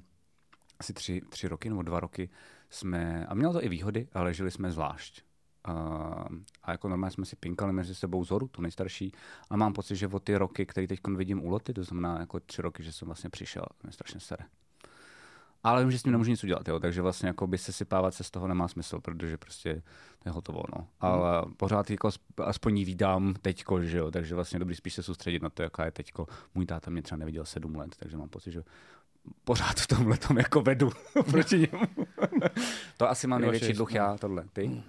Speaker 4: asi tři, tři roky nebo dva roky jsme, a mělo to i výhody, ale žili jsme zvlášť. Uh, a jako normálně jsme si pinkali mezi sebou zoru, tu nejstarší, a mám pocit, že od ty roky, které teď vidím u Loty, to znamená jako tři roky, že jsem vlastně přišel, mě strašně sere. Ale vím, že s tím nemůžu nic udělat, jo, takže vlastně jako by se sypávat se z toho nemá smysl, protože prostě to je hotovo, no. Ale pořád jako asp- aspoň ji vídám teďko, že jo, takže vlastně dobrý spíš se soustředit na to, jaká je teďko. Můj táta mě třeba neviděl sedm let, takže mám pocit, že pořád v tomhle tom jako vedu proti němu. to asi mám
Speaker 3: Jo,
Speaker 4: největší
Speaker 3: šest,
Speaker 4: dluh
Speaker 3: no.
Speaker 4: já, tohle, ty?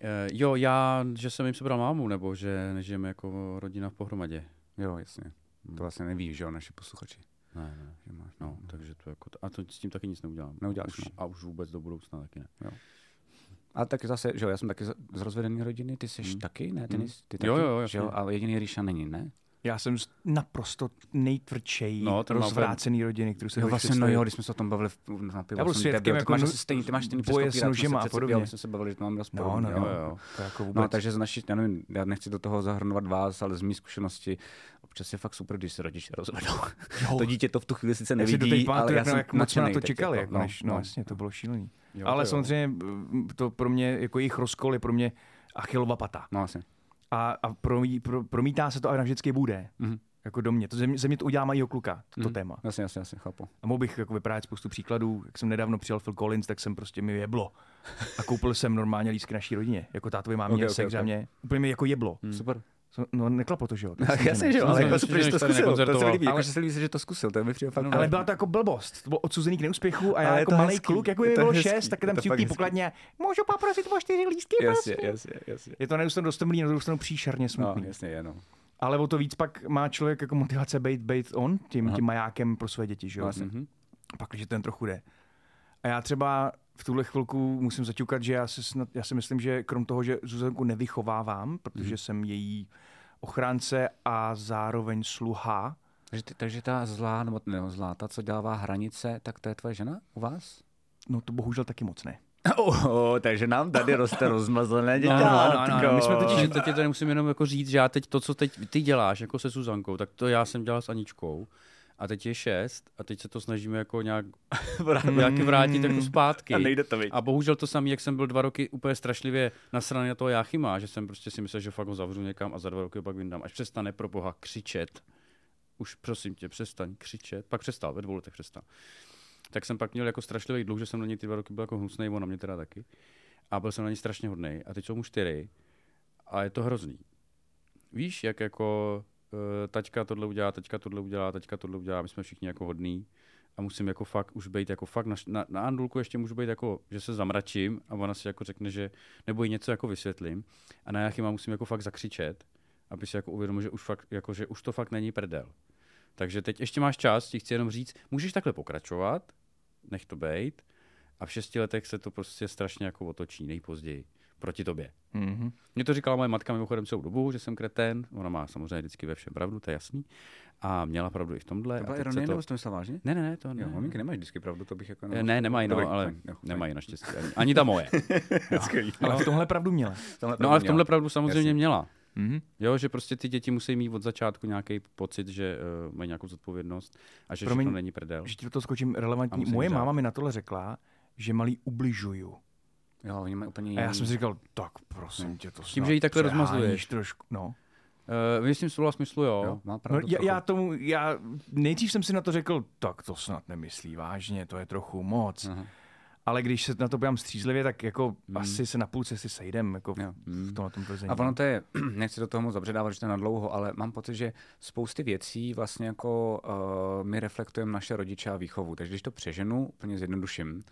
Speaker 3: Eh, jo, já, že jsem jim sebral mámu, nebo že nežijeme jako rodina v pohromadě.
Speaker 4: Jo, jasně. To vlastně neví, že jo, naši posluchači.
Speaker 3: Ne, ne.
Speaker 4: Že máš, no.
Speaker 3: No, takže to jako, t- a to s tím taky nic neudělám.
Speaker 4: Neuděláš,
Speaker 3: už,
Speaker 4: no.
Speaker 3: A už vůbec do budoucna taky ne.
Speaker 4: A taky zase, že jo, já jsem taky z- z rozvedené rodiny, ty jsi
Speaker 2: Hmm.
Speaker 4: taky, ne? Ty,
Speaker 3: Mm.
Speaker 4: nejsi, ty taky,
Speaker 3: Jo, jo, jo,
Speaker 4: že jo,
Speaker 3: jasně.
Speaker 4: a jediný Ríša není, ne?
Speaker 2: Já jsem z naprosto nejtvrdšej
Speaker 3: No,
Speaker 2: no,
Speaker 3: ten má
Speaker 2: rozvrácený rodiny, kterou se
Speaker 4: Jo,
Speaker 2: dovedeš
Speaker 4: vlastně, no
Speaker 2: představit.
Speaker 4: jo, když jsme se o tom bavili v- na pivu,
Speaker 2: Já byl
Speaker 4: jsem
Speaker 2: svědkem,
Speaker 4: debil,
Speaker 2: jak
Speaker 4: tak máš
Speaker 2: manu-
Speaker 4: asi stejný, ty máš stejný
Speaker 2: boje s
Speaker 4: přeskopírat, jsme
Speaker 2: nožema
Speaker 4: se
Speaker 2: a
Speaker 4: přece-
Speaker 2: podobně.
Speaker 4: Jo, my jsme se bavili, že to mám dost
Speaker 2: No, no,
Speaker 4: podobně,
Speaker 2: no.
Speaker 3: jo, jo.
Speaker 2: To jako vůbec.
Speaker 4: No, takže z naší, já nevím, já nechci do toho zahrnovat vás, ale z mý zkušenosti, občas je fakt super, když se rodiče rozvedou.
Speaker 2: Jo.
Speaker 4: to dítě to v tu chvíli sice
Speaker 2: Já si doteď
Speaker 4: nevidí, ale
Speaker 2: pamatuju,
Speaker 4: já
Speaker 2: jak,
Speaker 4: jsem
Speaker 2: jak moc jsme na
Speaker 4: nadšenej
Speaker 2: to
Speaker 4: teď,
Speaker 2: čekali, jako,
Speaker 4: no,
Speaker 2: než, no,
Speaker 4: no.
Speaker 2: jasně, to bylo šílený.
Speaker 3: Jo,
Speaker 2: Ale
Speaker 3: to jo.
Speaker 2: samozřejmě mm, to pro mě, jako jejich rozkol je pro mě Achillova pata.
Speaker 4: No, jasně.
Speaker 2: A, a promí, pro, promítá se to a navždycky bude.
Speaker 4: Mhm.
Speaker 2: Jako do mě. To ze mě, ze mě to udělá majího kluka, to téma.
Speaker 4: Hm. Jasně, jasně, jasně, chápu.
Speaker 2: A mohl bych jako vyprávět spoustu příkladů. Jak jsem nedávno přijal Phil Collins, tak jsem prostě mi jeblo. A koupil jsem normálně lísky naší rodině. Jako tátovi mámě,
Speaker 4: Ok,
Speaker 2: okay,
Speaker 4: ok,
Speaker 2: sex okay,
Speaker 4: ok.
Speaker 2: za mě. Úplně mi jako jeblo.
Speaker 4: Super.
Speaker 2: Jsem- No neklaplo to, že jo? Tak jsem
Speaker 4: Jasně, že jo,
Speaker 2: neměl.
Speaker 4: ale
Speaker 3: Samozřejmě,
Speaker 4: jako
Speaker 3: že
Speaker 4: super, že to
Speaker 3: když tady
Speaker 4: zkusil, to se mi
Speaker 3: nekoncertoval.
Speaker 4: líbí,
Speaker 2: Ale-
Speaker 4: jako, že se líbí, že to zkusil, to mi přijde fakt
Speaker 2: Ale byla to jako blbost. To bylo odsouzený k neúspěchu a
Speaker 4: No. Ale
Speaker 2: já
Speaker 4: je
Speaker 2: jako
Speaker 4: to
Speaker 2: malý
Speaker 4: hezký,
Speaker 2: kluk, jako
Speaker 4: je
Speaker 2: mi
Speaker 4: to
Speaker 2: bylo
Speaker 4: hezký,
Speaker 2: šest, tak
Speaker 4: je
Speaker 2: tam
Speaker 4: to
Speaker 2: si
Speaker 4: fakt hezký.
Speaker 2: pokladně. Můžu poprosit o čtyři lístky,
Speaker 4: Jasně,
Speaker 2: prosím.
Speaker 4: jasně, jasně.
Speaker 2: Je to na jednu stranu dost mlý, na druhou stranu příšerně
Speaker 4: No,
Speaker 3: Mhm.
Speaker 2: smutný.
Speaker 4: jasně, je, no.
Speaker 2: Ale o to víc pak má člověk jako motivace být, být on, tím, tím majákem pro své děti, že jo?
Speaker 4: Vlastně. Mhm.
Speaker 2: Pak, že ten trochu jde. A já třeba v tuhle chvilku musím zaťukat, že já si, snad, já si myslím, že krom toho, že Zuzanku nevychovávám, protože
Speaker 4: Mhm.
Speaker 2: jsem její ochránce a zároveň sluha,
Speaker 4: Takže, ty, takže ta zlá, nebo ne, zlá, ta, co dává hranice, tak to je tvoje žena u vás?
Speaker 2: no to bohužel taky moc ne.
Speaker 4: Oh, oh, takže nám tady roste
Speaker 3: No,
Speaker 4: rozmazlené děti. no,
Speaker 2: my jsme totiž
Speaker 3: Takže teď ti tady musím jenom jako říct, že já teď to, co teď ty děláš jako se Suzankou, tak to já jsem dělal s Aničkou. A teď je šest a teď se to snažíme jako nějak, nějak vrátit jako zpátky.
Speaker 4: Mm. A nejde to, viď?
Speaker 3: A bohužel to samé, jak jsem byl dva roky úplně strašlivě nasraný na toho Jáchyma, že jsem prostě si myslel, že fakt ho zavřu někam a za dva roky ho pak vyndám. Až přestane pro boha křičet. Už prosím tě, přestaň křičet. Pak přestal, ve dvou letech přestal. Tak jsem pak měl jako strašlivý dluh, že jsem na něj ty dva roky byl jako hnusný, on na mě teda taky. A byl jsem na něj strašně hodný. A teď jsou mu čtyři a je to hrozný. Víš, jak jako uh, taťka tohle udělá, taťka tohle udělá, taťka tohle udělá, my jsme všichni jako hodný a musím jako fakt už být jako fakt na, š- na, na Andulku ještě můžu být jako, že se zamračím a ona si jako řekne, že nebo jí něco jako vysvětlím a na Jachyma musím jako fakt zakřičet, aby si jako uvědomil, že už, fakt, jako, že už to fakt není prdel. Takže teď ještě máš čas, ti chci jenom říct, můžeš takhle pokračovat, nech to bejt a v šesti letech se to prostě strašně jako otočí nejpozději proti tobě.
Speaker 4: Mhm.
Speaker 2: Mm-hmm.
Speaker 3: Mě to říkala moje matka mimochodem celou dobu, že jsem kretén. Ona má samozřejmě vždycky ve všem pravdu, to je jasný. A měla pravdu i v tomhle.
Speaker 4: To
Speaker 3: a teď
Speaker 4: byla
Speaker 3: se
Speaker 4: ironie,
Speaker 3: to...
Speaker 4: nebo jsi to myslel vážně?
Speaker 3: Ne, ne, ne, to ne.
Speaker 4: Jo, maminky nemají vždycky pravdu, to bych jako...
Speaker 3: Eh, Ne, nemají, no,
Speaker 4: Dobrý,
Speaker 3: ale
Speaker 4: fajn, jo, fajn.
Speaker 3: nemají naštěstí. Ani, ani ta moje.
Speaker 4: Skvělý.
Speaker 2: Ale v tomhle pravdu měla.
Speaker 4: Tohle
Speaker 3: No ale v
Speaker 4: pravdu
Speaker 3: tomhle
Speaker 4: měla.
Speaker 3: pravdu samozřejmě
Speaker 4: Jasně.
Speaker 3: měla.
Speaker 4: Mhm.
Speaker 2: Mm-hmm.
Speaker 3: Jo, že prostě ty děti musí mít od začátku nějaký pocit, že uh, mají nějakou zodpovědnost a že
Speaker 2: Promiň,
Speaker 3: všechno není prdel.
Speaker 2: Že ti do toho skočím relevantní.
Speaker 3: musím
Speaker 2: Moje
Speaker 3: řád.
Speaker 2: máma mi na tohle řekla, že malý ubližuju.
Speaker 4: Jo, oni mají úplně
Speaker 2: A
Speaker 4: jiný...
Speaker 2: já jsem si říkal, tak prosím tě, to
Speaker 3: Tím,
Speaker 2: snad
Speaker 3: že ji takhle
Speaker 2: přeháníš
Speaker 3: rozmazluješ.
Speaker 2: trošku. No.
Speaker 3: Uh, myslím slova smyslu, jo.
Speaker 4: Jo, má
Speaker 2: No,
Speaker 4: pravdu
Speaker 2: já,
Speaker 4: trochu.
Speaker 2: já, tomu, já nejdřív jsem si na to řekl, tak to snad nemyslí vážně, to je trochu moc.
Speaker 4: Aha. Mhm.
Speaker 2: Ale když se na to podívám střízlivě, tak jako asi se na půl cesty sejdem jako v,
Speaker 4: Jo. Mhm.
Speaker 2: v tomhle tom tvrzení.
Speaker 4: A ono to je, nechci do toho moc zabředávat, že to je na dlouho, ale mám pocit, že spousty věcí vlastně jako uh, my reflektujeme naše rodiče a výchovu. Takže když to přeženu, úplně zjednoduším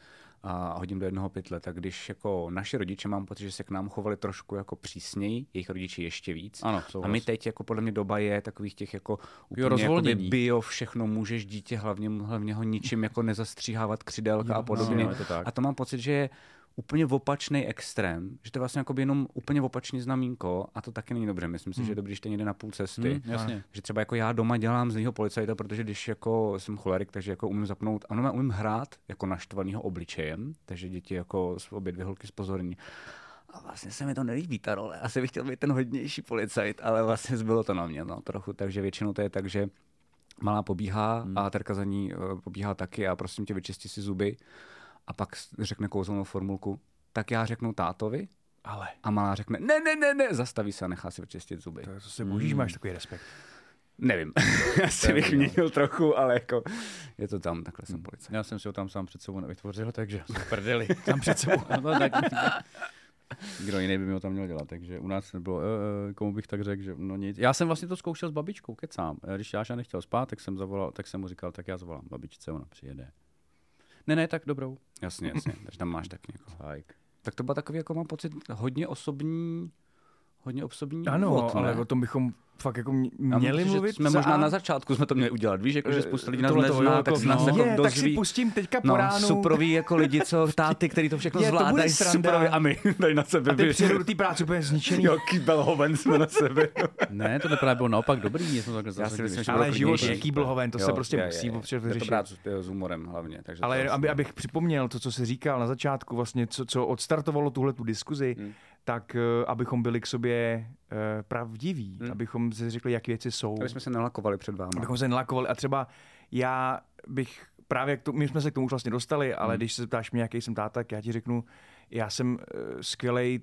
Speaker 4: a hodím do jednoho pytle, tak když jako naši rodiče mám pocit, že se k nám chovali trošku jako přísněji, jejich rodiče ještě víc.
Speaker 3: Ano,
Speaker 4: a
Speaker 3: souhlas.
Speaker 4: my teď jako podle mě doba je takových těch jako úplně jakoby
Speaker 3: rozvolnění.
Speaker 4: bio, všechno můžeš dítě, hlavně, hlavně ho ničím jako nezastříhávat křidelka a podobně.
Speaker 3: no, je to tak.
Speaker 4: A to mám pocit, že je úplně opačný extrém, že to je vlastně jakoby jenom úplně opačný znamínko a to taky není dobře. Myslím si, že je dobré, když to někde na půl cesty.
Speaker 3: Hm, Hmm. jasně.
Speaker 4: Že třeba jako já doma dělám zlýho policajta, protože když jako jsem cholerik, takže jako umím zapnout, ano, já umím hrát jako naštvanýho obličejem, takže děti jako s- obě dvě holky spozorní. A vlastně se mi to nelíbí ta role. Asi bych chtěl být ten hodnější policajt, ale vlastně zbylo to na mě no, trochu. Takže většinou to je tak, že malá pobíhá hmm. a Terka za ní eh, pobíhá taky a prosím tě vyčisti si zuby a pak s- řekne kouzelnou formulku, tak já řeknu tátovi
Speaker 2: Ale.
Speaker 4: a malá řekne ne, ne, ne, ne, zastaví se a nechá si vyčistit zuby.
Speaker 2: To co se bojíš, máš takový respekt.
Speaker 4: Nevím, asi bych měnil trochu, ale jako je to tam, takhle jsem policajt.
Speaker 3: Já jsem si ho tam sám před sebou nevytvořil, takže jsem v prdeli.
Speaker 2: Tam před sebou.
Speaker 3: Kdo No, jiný by mi ho tam měl dělat, takže u nás nebylo, e, e, komu bych tak řekl, že no nic. Já jsem vlastně to zkoušel s babičkou, kecám. E, Když Jáša nechtěl spát, tak jsem, zavolal, tak jsem mu říkal, tak já zavolám babičce, ona přijede. Ne, ne, tak dobrou.
Speaker 4: Jasně, jasně, takže tam máš tak někoho.
Speaker 3: Hajk.
Speaker 4: Tak to byl takový, jako mám pocit, hodně osobní, hodně osobní
Speaker 2: Ano,
Speaker 4: úvod, ne?
Speaker 2: ale o tom bychom fakt jako mě-
Speaker 4: Já mám
Speaker 2: měli
Speaker 4: pocit, že
Speaker 2: mluvit.
Speaker 4: Jsme
Speaker 2: za
Speaker 4: možná
Speaker 2: A.
Speaker 4: na začátku jsme to měli udělat, víš, jako, že spousta lidí nás
Speaker 2: Tohle to,
Speaker 4: nezná,
Speaker 2: jo,
Speaker 4: tak
Speaker 2: jako,
Speaker 4: se nás
Speaker 2: no.
Speaker 4: jako
Speaker 2: Je, tak si
Speaker 4: dozví.
Speaker 2: pustím teďka po
Speaker 4: no,
Speaker 2: ránu.
Speaker 4: suprový jako lidi, co táty, který to všechno
Speaker 2: Je, to bude
Speaker 4: zvládají,
Speaker 2: sranda.
Speaker 4: suprový a my tady na sebe.
Speaker 2: A ty
Speaker 4: vy-
Speaker 2: přijedu do té práce úplně zničený.
Speaker 4: Jo, kýbel hoven jsme na sebe.
Speaker 3: Ne, to právě bylo naopak dobrý. Já jsem takhle
Speaker 4: Já si myslím, že
Speaker 2: Ale
Speaker 4: budou
Speaker 2: život je
Speaker 4: klidnější.
Speaker 2: jaký blhoven, to se prostě musí
Speaker 4: Je
Speaker 2: občas
Speaker 4: to
Speaker 2: vyřešit.
Speaker 4: brát s, s humorem hlavně. Takže to
Speaker 2: Ale
Speaker 4: je
Speaker 2: aby, abych připomněl to, co se říkal na začátku, vlastně co, co odstartovalo tuhle tu diskuzi, hmm. tak eh, abychom byli k sobě eh, pravdiví, hmm. abychom si řekli, jak věci jsou.
Speaker 4: Aby jsme se nelakovali před
Speaker 3: No.
Speaker 4: váma.
Speaker 2: abychom se nelakovali. A třeba já bych právě, k tomu, my jsme se k tomu už vlastně dostali, ale hmm. když se ptáš mě, jaký jsem táta, tak já ti řeknu, já jsem uh, skvělej,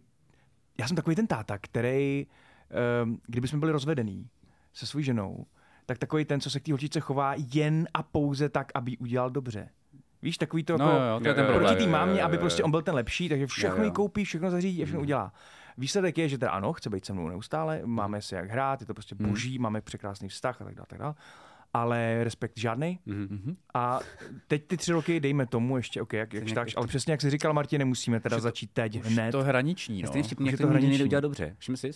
Speaker 2: já jsem takový ten táta, který, uh, kdyby jsme byli rozvedený se svou ženou, tak takový ten, co se k té holčičce chová jen a pouze tak, aby jí udělal dobře. Víš, takový to
Speaker 3: No
Speaker 2: jako
Speaker 3: jo, jo, to je ten
Speaker 2: proti
Speaker 3: problém,
Speaker 2: té
Speaker 3: jo, jo,
Speaker 2: mámě,
Speaker 3: jo,
Speaker 2: aby
Speaker 3: jo,
Speaker 2: prostě
Speaker 3: jo.
Speaker 2: on byl ten lepší, takže všechno
Speaker 4: jo.
Speaker 2: jí koupí, všechno zařídí a všechno udělá. Výsledek je, že teda ano, chce být se mnou neustále, máme se jak hrát, je to prostě boží, máme překrásný vztah a tak dále, tak dále. Ale respekt žádný. A teď ty tři roky, dejme tomu ještě, OK, jak, jak tak, ale přesně jak jsi říkal, Martine, musíme teda začít teď hned.
Speaker 3: To hraniční,
Speaker 4: Stejně
Speaker 3: no.
Speaker 4: vtipně,
Speaker 2: už je
Speaker 4: jak
Speaker 2: to
Speaker 4: to nikdy nejde
Speaker 2: hraniční.
Speaker 4: udělat dobře. Všim si?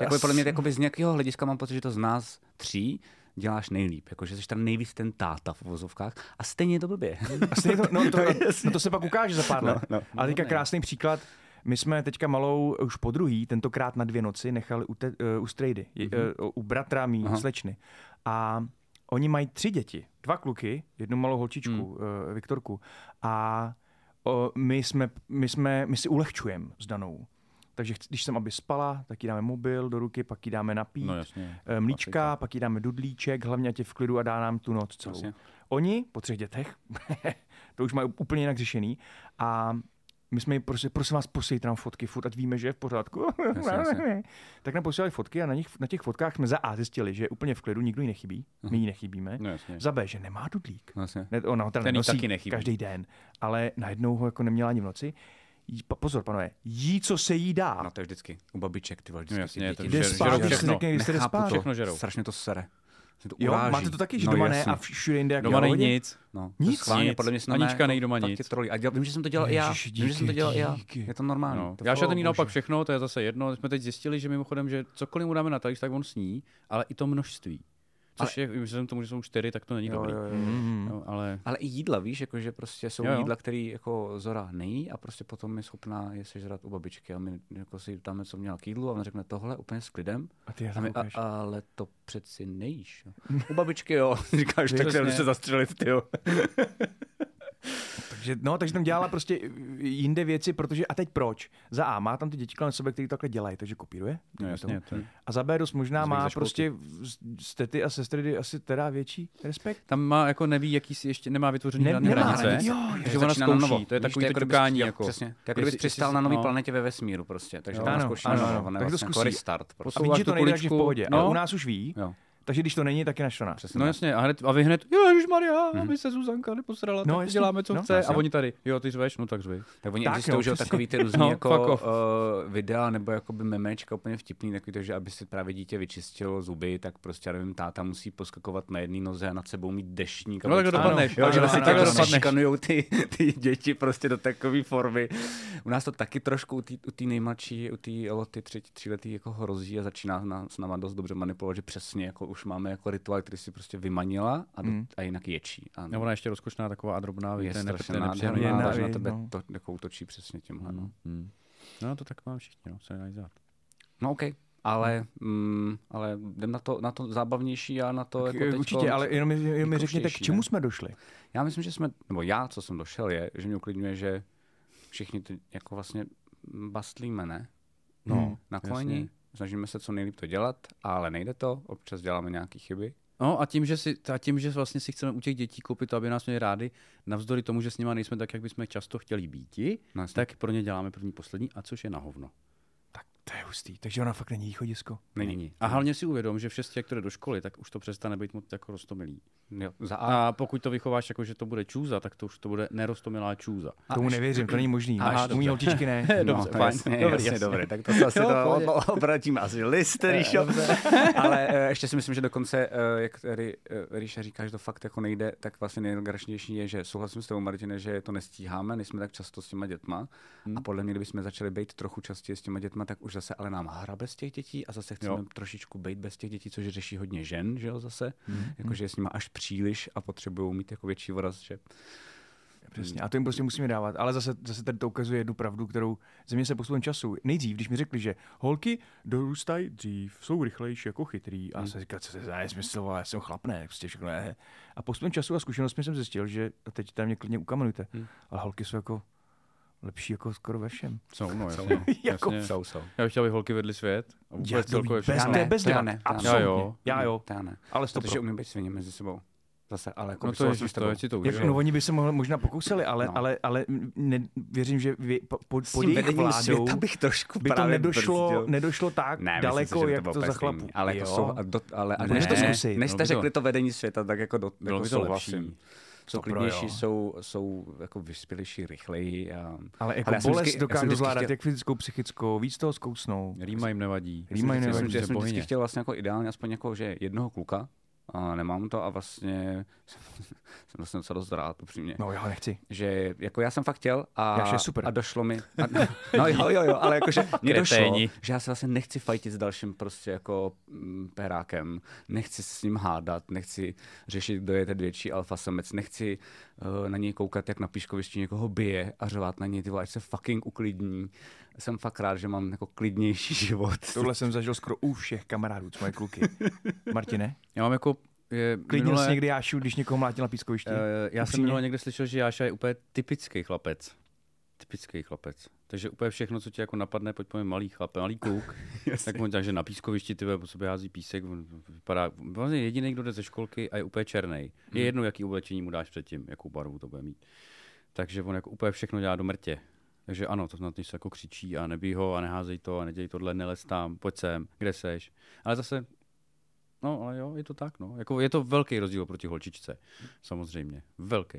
Speaker 4: Jako podle mě jakoby z nějakého hlediska mám pocit, že to z nás tří děláš nejlíp. Jako, že jsi tam nejvíc ten táta v vozovkách a stejně je to blbě.
Speaker 3: Hmm.
Speaker 2: A stejně to, no, to, no, to se pak ukáže za pár let.
Speaker 4: no.
Speaker 2: Ale teďka krásný příklad. My jsme teďka malou už po druhý, tentokrát na dvě noci, nechali u, te, eh, u strejdy,
Speaker 4: Mhm.
Speaker 2: mm-hmm. u bratra mý, slečny. A oni mají tři děti. Dva kluky, jednu malou holčičku,
Speaker 4: Hmm.
Speaker 2: mm. Viktorku. A o, my, jsme, my, jsme, my si ulehčujeme s Danou. Takže chci- když jsem, aby spala, tak jí dáme mobil do ruky, pak jí dáme napít,
Speaker 3: No jasně,
Speaker 2: eh, mlíčka, pak jí dáme dudlíček, hlavně ať je v klidu a dá nám tu noc celou.
Speaker 4: Jasně.
Speaker 2: Oni po třech dětech, to už mají úplně jinak řešený, a my jsme jim prostě, prosím vás, posílejte nám fotky, furt, ať víme, že je v pořádku.
Speaker 4: jasně.
Speaker 2: tak nám posílali fotky a na, nich, na těch fotkách jsme za A zjistili, že je úplně v klidu, nikdo jí nechybí, my jí nechybíme.
Speaker 3: No jasně. No,
Speaker 2: Za B, že nemá dudlík.
Speaker 4: Vlastně.
Speaker 2: Ne, ona ho teda
Speaker 3: Ten jí
Speaker 2: nosí
Speaker 3: taky nechybí.
Speaker 2: každý den, ale najednou ho jako neměla ani v noci. Jí, pa- pozor, panové, jí, co se jí dá.
Speaker 4: No to je vždycky. U babiček, ty vole, vždycky
Speaker 3: No
Speaker 4: no,
Speaker 3: jasně,
Speaker 4: ty
Speaker 3: je
Speaker 4: děti.
Speaker 3: to
Speaker 4: jdou
Speaker 2: Jde
Speaker 3: žer-
Speaker 2: spát,
Speaker 3: žerou
Speaker 2: když se
Speaker 3: všechno.
Speaker 2: řekne, když jde
Speaker 4: Nechápu
Speaker 2: spát.
Speaker 4: to.
Speaker 3: Všechno žerou.
Speaker 4: Strašně to sere. Se to
Speaker 2: Jo,
Speaker 4: uráží.
Speaker 2: máte to taky, že
Speaker 4: No
Speaker 2: doma ne
Speaker 4: jasně.
Speaker 2: a všude jinde jak
Speaker 3: Doma
Speaker 2: jo?
Speaker 3: není nic.
Speaker 4: No,
Speaker 2: Nic.
Speaker 4: nic, schválně,
Speaker 3: Nic.
Speaker 4: podle mě se
Speaker 3: Anička
Speaker 4: jako
Speaker 3: nejde doma
Speaker 4: fakt
Speaker 3: nic.
Speaker 4: tě trolí. A děl- vím, že jsem to dělal i já.
Speaker 2: Ježiš,
Speaker 4: vím, že jsem to
Speaker 2: díky,
Speaker 4: dělal i já.
Speaker 2: díky.
Speaker 4: Je to normální.
Speaker 3: No.
Speaker 4: To
Speaker 3: Já
Speaker 4: fakt-
Speaker 3: šel ten naopak všechno, to je zase jedno. Jsme teď zjistili, že mimochodem, že cokoliv mu dáme na talíř, tak on sní, ale i to množství. Což ale... je, myslím tomu, že jsou čtyři, tak to není
Speaker 4: Jo,
Speaker 3: dobrý.
Speaker 4: jo, jo.
Speaker 2: Mhm.
Speaker 3: No, ale
Speaker 4: Ale i jídla, víš, jako, že prostě jsou
Speaker 3: Jo, jo.
Speaker 4: jídla, které jako Zora nejí a prostě potom je schopná je sežrat u babičky a my jako si dáme, co měla k jídlu a ona řekne tohle úplně s klidem.
Speaker 2: A ty já
Speaker 4: A my,
Speaker 2: koukáš.
Speaker 4: a, ale to přeci nejíš. jo. U babičky jo, říkáš, tak
Speaker 3: Přesně.
Speaker 4: jdu se zastřelit, ty jo.
Speaker 2: Takže, no, takže tam dělala prostě jinde věci, protože a teď proč? Za A má tam ty děti kolem sebe, který to takhle dělají, takže kopíruje.
Speaker 3: no, jasně, to je.
Speaker 2: A za B dost možná
Speaker 3: Zvyk
Speaker 2: má
Speaker 3: ze školky.
Speaker 2: prostě z- z tety a sestry asi teda větší respekt.
Speaker 3: Tam má jako neví, jaký si ještě nemá vytvořený
Speaker 2: Ne-
Speaker 3: žádné
Speaker 2: nemá,
Speaker 3: hranice.
Speaker 2: ne- jo, jo.
Speaker 3: že ona
Speaker 4: Začíná na novo.
Speaker 3: zkouší, to je
Speaker 4: Víš,
Speaker 3: takový
Speaker 4: jako
Speaker 3: to
Speaker 4: kdybys-
Speaker 3: ťukání.
Speaker 4: jo,
Speaker 3: Jako,
Speaker 4: Přesně. Jako kdyby
Speaker 3: jestli-
Speaker 4: přistál
Speaker 3: jestli-
Speaker 4: na nový
Speaker 3: no.
Speaker 4: planetě ve vesmíru prostě. Takže
Speaker 2: Jo.
Speaker 4: ona
Speaker 2: Ano,
Speaker 4: zkouší
Speaker 2: ano,
Speaker 4: na
Speaker 2: ano.
Speaker 4: novo. ona
Speaker 2: Tak to
Speaker 4: vlastně jako
Speaker 2: zkusí.
Speaker 4: restart. Prostě.
Speaker 2: A vidí, že to nejde,
Speaker 3: tu
Speaker 2: až je v
Speaker 3: kuličku.
Speaker 2: pohodě. No.
Speaker 3: No.
Speaker 2: Ale u nás už ví,
Speaker 4: Jo.
Speaker 2: takže když to není, tak je naštvaná.
Speaker 4: Přesně
Speaker 3: No
Speaker 4: tak.
Speaker 3: jasně, a, hned, a vy hned, jo, Ježíš Maria,
Speaker 4: Mhm.
Speaker 3: aby se Zuzanka neposrala,
Speaker 2: No,
Speaker 3: no, tak
Speaker 2: jasně,
Speaker 3: jasně, děláme, co
Speaker 2: no.
Speaker 3: no, chce.
Speaker 4: Jasně.
Speaker 3: A oni tady, jo, ty řveš, no tak řvi.
Speaker 4: Tak oni
Speaker 2: Tak,
Speaker 4: tak
Speaker 2: no,
Speaker 4: existují, že jo,
Speaker 2: přesně.
Speaker 4: takový ty různý
Speaker 3: No, fuck
Speaker 4: jako
Speaker 3: off.
Speaker 4: uh, videa nebo jakoby memečka úplně vtipný, takový to, že aby si právě dítě vyčistilo zuby, tak prostě, já nevím, táta musí poskakovat na jedné noze a nad sebou mít dešník. a
Speaker 3: No tak to
Speaker 4: prostě-
Speaker 3: dopadneš,
Speaker 4: Jo,
Speaker 3: ano,
Speaker 4: že
Speaker 3: ano,
Speaker 4: vlastně
Speaker 3: ano,
Speaker 4: takhle
Speaker 3: ano, ano.
Speaker 4: šikanujou ty, ty děti prostě do takové formy. U nás to taky trošku u té- u té nejmladší, u té Loty tři, tříletý jako hrozí a začíná na, s náma dost dobře manipulovat, že přesně jako už máme jako rituál, který si prostě vymanila a, do,
Speaker 2: Mm.
Speaker 4: a jinak ječí. A
Speaker 3: Nebo ona ještě rozkošná taková a drobná,
Speaker 4: je
Speaker 3: víte,
Speaker 4: strašně
Speaker 2: nepříjemný
Speaker 4: nádherná,
Speaker 2: návyk,
Speaker 4: že na tebe
Speaker 2: no.
Speaker 4: to jako útočí přesně tímhle. No,
Speaker 3: Hmm. No, to tak mám všichni, no, se najzát.
Speaker 4: no OK, ale, mm, ale jdem na to, na to zábavnější a na to...
Speaker 2: Tak,
Speaker 4: jako
Speaker 2: eh,
Speaker 4: teďko-
Speaker 2: určitě, ale jenom, mi- jenom mi řekněte, k
Speaker 4: výkopštější,
Speaker 2: čemu
Speaker 4: ne?
Speaker 2: jsme došli.
Speaker 4: Já myslím, že jsme, nebo já, co jsem došel, je, že mě uklidňuje, že všichni ty jako vlastně bastlíme, ne?
Speaker 3: No,
Speaker 4: Na
Speaker 3: jasně.
Speaker 4: koleni, snažíme se co nejlíp to dělat, ale nejde to, občas děláme nějaké chyby.
Speaker 3: No a tím, že si, a tím, že vlastně si chceme u těch dětí koupit to, aby nás měli rádi, navzdory tomu, že s nima nejsme tak, jak bychom často chtěli býti,
Speaker 4: No, jasně.
Speaker 3: tak pro ně děláme první, poslední, a což je na hovno.
Speaker 2: Tak to je hustý, takže ona fakt není východisko.
Speaker 4: Není.
Speaker 3: A hlavně si uvědom, že v šesti, jak to jde do školy, tak už to přestane být moc jako roztomilý.
Speaker 4: Jo, za A.
Speaker 3: A pokud to vychováš jako, že to bude čůza, tak to už to bude nerostomilá čůza.
Speaker 2: A Tomu nevěřím, to není možný.
Speaker 3: Aha,
Speaker 2: Máš, u mý
Speaker 3: dobře.
Speaker 2: holčičky ne.
Speaker 4: No,
Speaker 3: dobře,
Speaker 4: to
Speaker 3: fajn.
Speaker 4: jasně,
Speaker 3: Dobrý,
Speaker 4: jasně,
Speaker 3: jasně.
Speaker 4: dobrý, tak to se asi
Speaker 3: Jo,
Speaker 4: to
Speaker 3: pohodě.
Speaker 4: ob- obratím asi list, Ríšo. Eh, Ale eh, ještě si myslím, že dokonce, eh, jak tady eh, Ríša říká, že to fakt jako nejde, tak vlastně nejlegračnější je, že souhlasím s tebou, Martine, že to nestíháme, nejsme tak často s těma dětma. A podle mě, kdybychom začali být trochu častěji s těma dětma, tak už zase ale nám hra bez těch dětí a zase chceme
Speaker 3: Jo.
Speaker 4: trošičku být bez těch dětí, což řeší hodně žen, že jo, zase. Jakože je s nima až příliš a potřebují mít jako větší voraz, že
Speaker 2: Přesně. A to jim prostě musíme dávat. Ale zase, zase tady to ukazuje jednu pravdu, kterou ze mě se postupem času. Nejdřív, když mi řekli, že holky dorůstají dřív, jsou rychlejší jako chytrý. A
Speaker 4: Hmm.
Speaker 2: já jsem říkal, co se za nesmysl, vole, já jsem chlap, ne, prostě všechno je. A postupem času a zkušenostmi jsem zjistil, že a teď tam mě klidně ukamenujte.
Speaker 4: Hmm.
Speaker 2: Ale holky jsou jako lepší jako skoro ve všem.
Speaker 3: Jsou, no, jasně.
Speaker 2: Jako
Speaker 3: jasně.
Speaker 4: jsou, jsou.
Speaker 3: Já bych chtěl, aby holky vedly svět. A
Speaker 2: Já
Speaker 3: vůbec
Speaker 2: to
Speaker 3: celkově
Speaker 2: vůbec
Speaker 3: všechno.
Speaker 4: ne.
Speaker 2: bez
Speaker 4: to já
Speaker 2: debat.
Speaker 4: ne, to já ne. Hmm,
Speaker 2: Absolutně.
Speaker 3: Já jo.
Speaker 2: Já jo.
Speaker 4: Já ne.
Speaker 2: Ale stop.
Speaker 4: Protože umím být svině mezi sebou. Zase, ale jako
Speaker 3: No
Speaker 4: by
Speaker 3: to
Speaker 4: souhlasím
Speaker 3: je,
Speaker 4: s
Speaker 3: to
Speaker 4: tebou.
Speaker 3: je, si to
Speaker 2: Jak,
Speaker 3: užil.
Speaker 2: no, oni by se mohli, možná pokousali, ale,
Speaker 4: No.
Speaker 2: no. ale, ale ne, věřím, že vě, po, po,
Speaker 4: S
Speaker 2: pod
Speaker 4: tím
Speaker 2: jejich
Speaker 4: vedením
Speaker 2: vládou
Speaker 4: světa bych trošku
Speaker 2: by to
Speaker 4: právě
Speaker 2: nedošlo,
Speaker 4: brzdil.
Speaker 2: nedošlo tak
Speaker 4: ne, myslím
Speaker 2: daleko,
Speaker 4: si, že
Speaker 2: jak
Speaker 4: bylo
Speaker 2: to
Speaker 4: úplně
Speaker 2: za chlapu.
Speaker 4: stejný. Ale, jako
Speaker 2: Jo.
Speaker 4: sou, a do, ale a
Speaker 2: Můžeš
Speaker 4: ne,
Speaker 2: to zkusit,
Speaker 4: Než jste
Speaker 3: bylo by to-
Speaker 4: řekli to vedení světa, tak jako, do,
Speaker 3: Bylo
Speaker 4: jako
Speaker 3: by to
Speaker 4: souhlasím.
Speaker 3: lepší.
Speaker 4: Jsou
Speaker 2: To pro
Speaker 4: klidnější,
Speaker 2: jo.
Speaker 4: jsou, jsou jako vyspělejší, rychleji. A...
Speaker 2: Ale jako
Speaker 4: Ale já jsem
Speaker 2: bolest
Speaker 4: vždycky- já jsem
Speaker 2: dokážu
Speaker 4: vždycky
Speaker 2: zvládat
Speaker 4: chtěl-
Speaker 2: jak fyzickou, psychickou, víc toho zkousnou.
Speaker 3: Rýma jim nevadí.
Speaker 2: Rýma jim nevadí,
Speaker 4: Já jsem, já jsem vždycky
Speaker 3: pohyně.
Speaker 4: chtěl vlastně jako ideálně aspoň jako, že jednoho kluka, a nemám to a vlastně jsem vlastně docela dost rád, upřímně.
Speaker 2: No já ho nechci.
Speaker 4: že jako já jsem fakt chtěl a,
Speaker 2: Já, že je super.
Speaker 4: a došlo mi. A, no jo, jo, jo, ale jakože mě došlo,
Speaker 3: Kreténi.
Speaker 4: že já se vlastně nechci fajtit s dalším prostě jako mm, perákem, nechci s ním hádat, nechci řešit, kdo je ten větší alfa samec, nechci uh, na něj koukat, jak na píškovišti někoho bije a řovat na něj, ty vole, ať se fucking uklidní. Jsem fakt rád, že mám jako klidnější život.
Speaker 2: Tohle jsem zažil skoro u všech kamarádů, co moje kluky. Martine,
Speaker 3: Já mám jako... Je,
Speaker 2: klidnil
Speaker 3: minule-
Speaker 2: jsi někdy Jášu, když někoho mlátil na pískovišti?
Speaker 3: Eh, já jsem
Speaker 2: Upřímně?
Speaker 3: minule někde slyšel, že Jáša je úplně typický chlapec. Typický chlapec. Takže úplně všechno, co ti jako napadne, pojď povím malý chlap, malý kluk, tak on takže na pískovišti ty vole, po sobě hází písek, on vypadá, vlastně jediný, kdo jde ze školky a je úplně černý. Je jedno, jaký oblečení mu dáš předtím, jakou barvu to bude mít. Takže on jako úplně všechno dělá do mrtě. Takže ano, to snad se jako křičí a nebí ho a neházej to a nedělej tohle, nelez tam, pojď sem, kde seš. Ale zase No, ale jo, je to tak, no. Jako je to velký rozdíl proti holčičce, samozřejmě. Velký.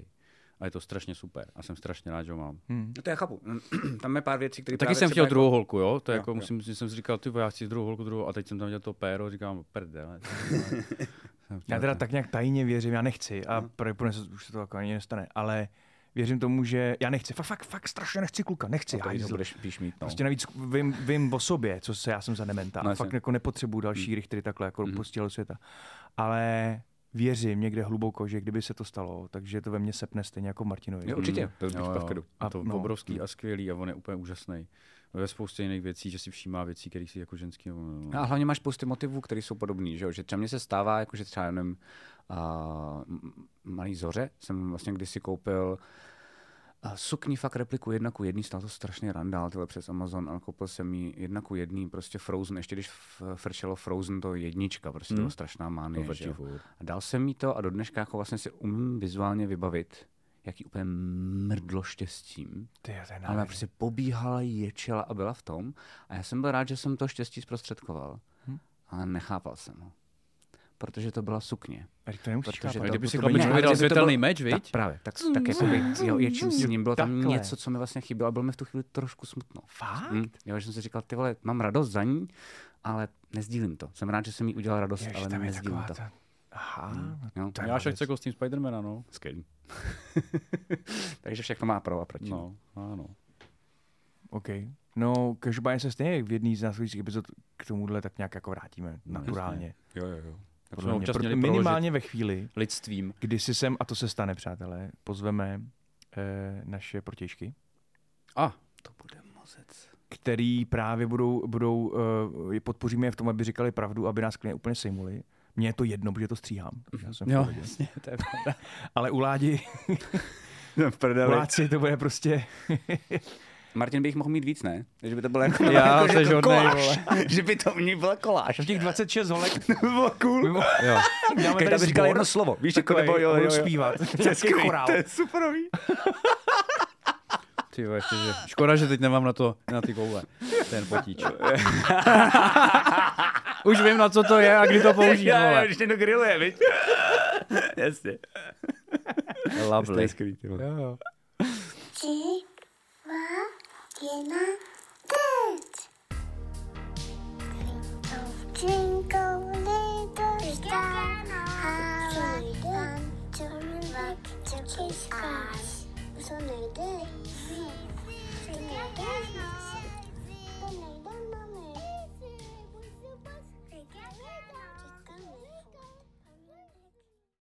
Speaker 3: A je to strašně super. A jsem strašně rád, že ho mám.
Speaker 2: Hmm.
Speaker 4: No To já chápu. Tam je pár věcí, které
Speaker 3: Taky jsem chtěl druhou holku, jo? To je
Speaker 4: Jo,
Speaker 3: jako,
Speaker 4: jo.
Speaker 3: musím, že jsem si říkal, ty vole, já chci druhou holku, druhou, a teď jsem tam dělal to péro, říkám, prdele.
Speaker 2: Já teda tak nějak tajně věřím, já nechci
Speaker 4: Hm.
Speaker 2: a pravděpodobně se už se to jako ani nestane, ale věřím tomu, že já nechci, fakt, fakt, fakt strašně nechci kluka, nechci.
Speaker 4: To
Speaker 2: hajzl.
Speaker 4: budeš píš mít, no.
Speaker 2: Prostě navíc vím, vím o sobě, co se já jsem za dementa.
Speaker 4: No,
Speaker 2: No,
Speaker 4: jasně. Hmm.
Speaker 2: fakt jako nepotřebuju další rychtery takhle jako mm. postíhal světa. Ale věřím někde hluboko, že kdyby se to stalo, takže to ve mně sepne stejně jako Martinovi.
Speaker 4: Jo, určitě. To je
Speaker 3: Mm. Jo,
Speaker 4: v
Speaker 3: jo.
Speaker 4: klidu.
Speaker 3: A
Speaker 2: A
Speaker 3: to no.
Speaker 2: no.
Speaker 3: obrovský a skvělý a on je úplně úžasný. Ve spoustě jiných věcí, že si všímá věcí, kterých si jako ženský... No, no, no.
Speaker 4: A hlavně máš spousty motivů, které jsou podobné, že jo? Že třeba mně se stává, jako že třeba jenom uh, malý zoře jsem vlastně kdysi koupil uh, sukni fakt repliku jedna ku jedný, stál to strašně randál tyhle přes Amazon, ale koupil jsem ji jedna ku jedný, prostě Frozen, ještě když f- frčelo Frozen to jednička, prostě to byla strašná mánie, že jo?
Speaker 3: Hmm. furt.
Speaker 4: A dal jsem jí to a do dneška jako vlastně si umím vizuálně vybavit, jaký úplně mrdlo štěstím.
Speaker 2: Ty, to je
Speaker 4: Ale
Speaker 2: nádherný.
Speaker 4: prostě pobíhala, ječela a byla v tom. A já jsem byl rád, že jsem to štěstí zprostředkoval.
Speaker 2: Hm.
Speaker 4: Hmm? Ale nechápal jsem ho. Protože to byla sukně.
Speaker 2: Ať to nemusíš
Speaker 4: Protože
Speaker 2: chápat.
Speaker 4: to-
Speaker 3: Jako Kdyby si
Speaker 4: to by
Speaker 3: chlapičkovi
Speaker 4: nějak-
Speaker 3: dal
Speaker 4: že by to
Speaker 3: světelný
Speaker 4: bylo-
Speaker 3: meč, viď?
Speaker 4: Tak právě, tak, tak jako by, jo, ječím s ním, bylo tam
Speaker 2: Takhle.
Speaker 4: něco, co mi vlastně chybělo a bylo mi v tu chvíli trošku smutno.
Speaker 2: Fakt?
Speaker 4: Hm? Jo, že jsem si říkal, ty vole, mám radost za ní, ale nezdílím to. Jsem rád, že jsem jí udělal radost,
Speaker 2: Ježiš,
Speaker 4: ale
Speaker 2: tam je
Speaker 4: nezdílím
Speaker 2: taková
Speaker 4: to. Hmm.
Speaker 2: ta... Aha, no
Speaker 4: Jo.
Speaker 2: to je
Speaker 3: Já
Speaker 2: malec.
Speaker 3: chce kostým Spidermana, no.
Speaker 4: Skvělý. Takže všechno má pro a proti.
Speaker 3: No, ano.
Speaker 2: OK. No,
Speaker 4: No,
Speaker 2: každopádně se stejně v jedný z následujících epizod k tomuhle tak nějak jako vrátíme naturálně.
Speaker 4: Jo, jo, jo.
Speaker 3: Tak
Speaker 2: podle
Speaker 3: jsme
Speaker 2: mě.
Speaker 3: občas
Speaker 2: Proto
Speaker 3: měli
Speaker 2: minimálně ve chvíli,
Speaker 3: lidstvím.
Speaker 2: kdy si sem, a to se stane, přátelé, pozveme eh, naše protěžky,
Speaker 3: A, to bude mozec.
Speaker 2: který právě budou, budou eh, podpoříme je v tom, aby říkali pravdu, aby nás klidně úplně sejmuli. Mně je to jedno, protože to stříhám. Já jsem v
Speaker 3: Jo,
Speaker 2: pohodě.
Speaker 3: jasně, to je pravda.
Speaker 2: Ale u Ládi,
Speaker 4: V prdeli.
Speaker 2: Láci, to bude prostě...
Speaker 4: Martin by jich mohl mít víc, ne? Že by to bylo jako,
Speaker 3: Já se
Speaker 4: jako, jako
Speaker 3: žodnej,
Speaker 4: koláž. že by to u ní byla koláž.
Speaker 2: Těch 26 holek
Speaker 4: To by bylo cool.
Speaker 2: mimo...
Speaker 3: Jo.
Speaker 2: Dáme
Speaker 4: Každá by říkala jedno slovo. Víš, jako nebo jo, jo, jo.
Speaker 2: zpívat. To je
Speaker 4: skvělý,
Speaker 2: chorál.
Speaker 4: To je superový.
Speaker 3: Ty jo, ještě, že... Škoda, že teď nemám na to, na ty koule, ten potíč. Už vím, na co to je a kdy to použít,
Speaker 4: Jo, jo,
Speaker 3: vole.
Speaker 4: když někdo grilluje, viď? Jasně. To
Speaker 3: Lovely.
Speaker 4: je skvělý, ty vole.
Speaker 1: trzy, dwa, jedna, tyć! Dźwięką little star, how I want to rock to kiss us. Co najdę? Co najdę?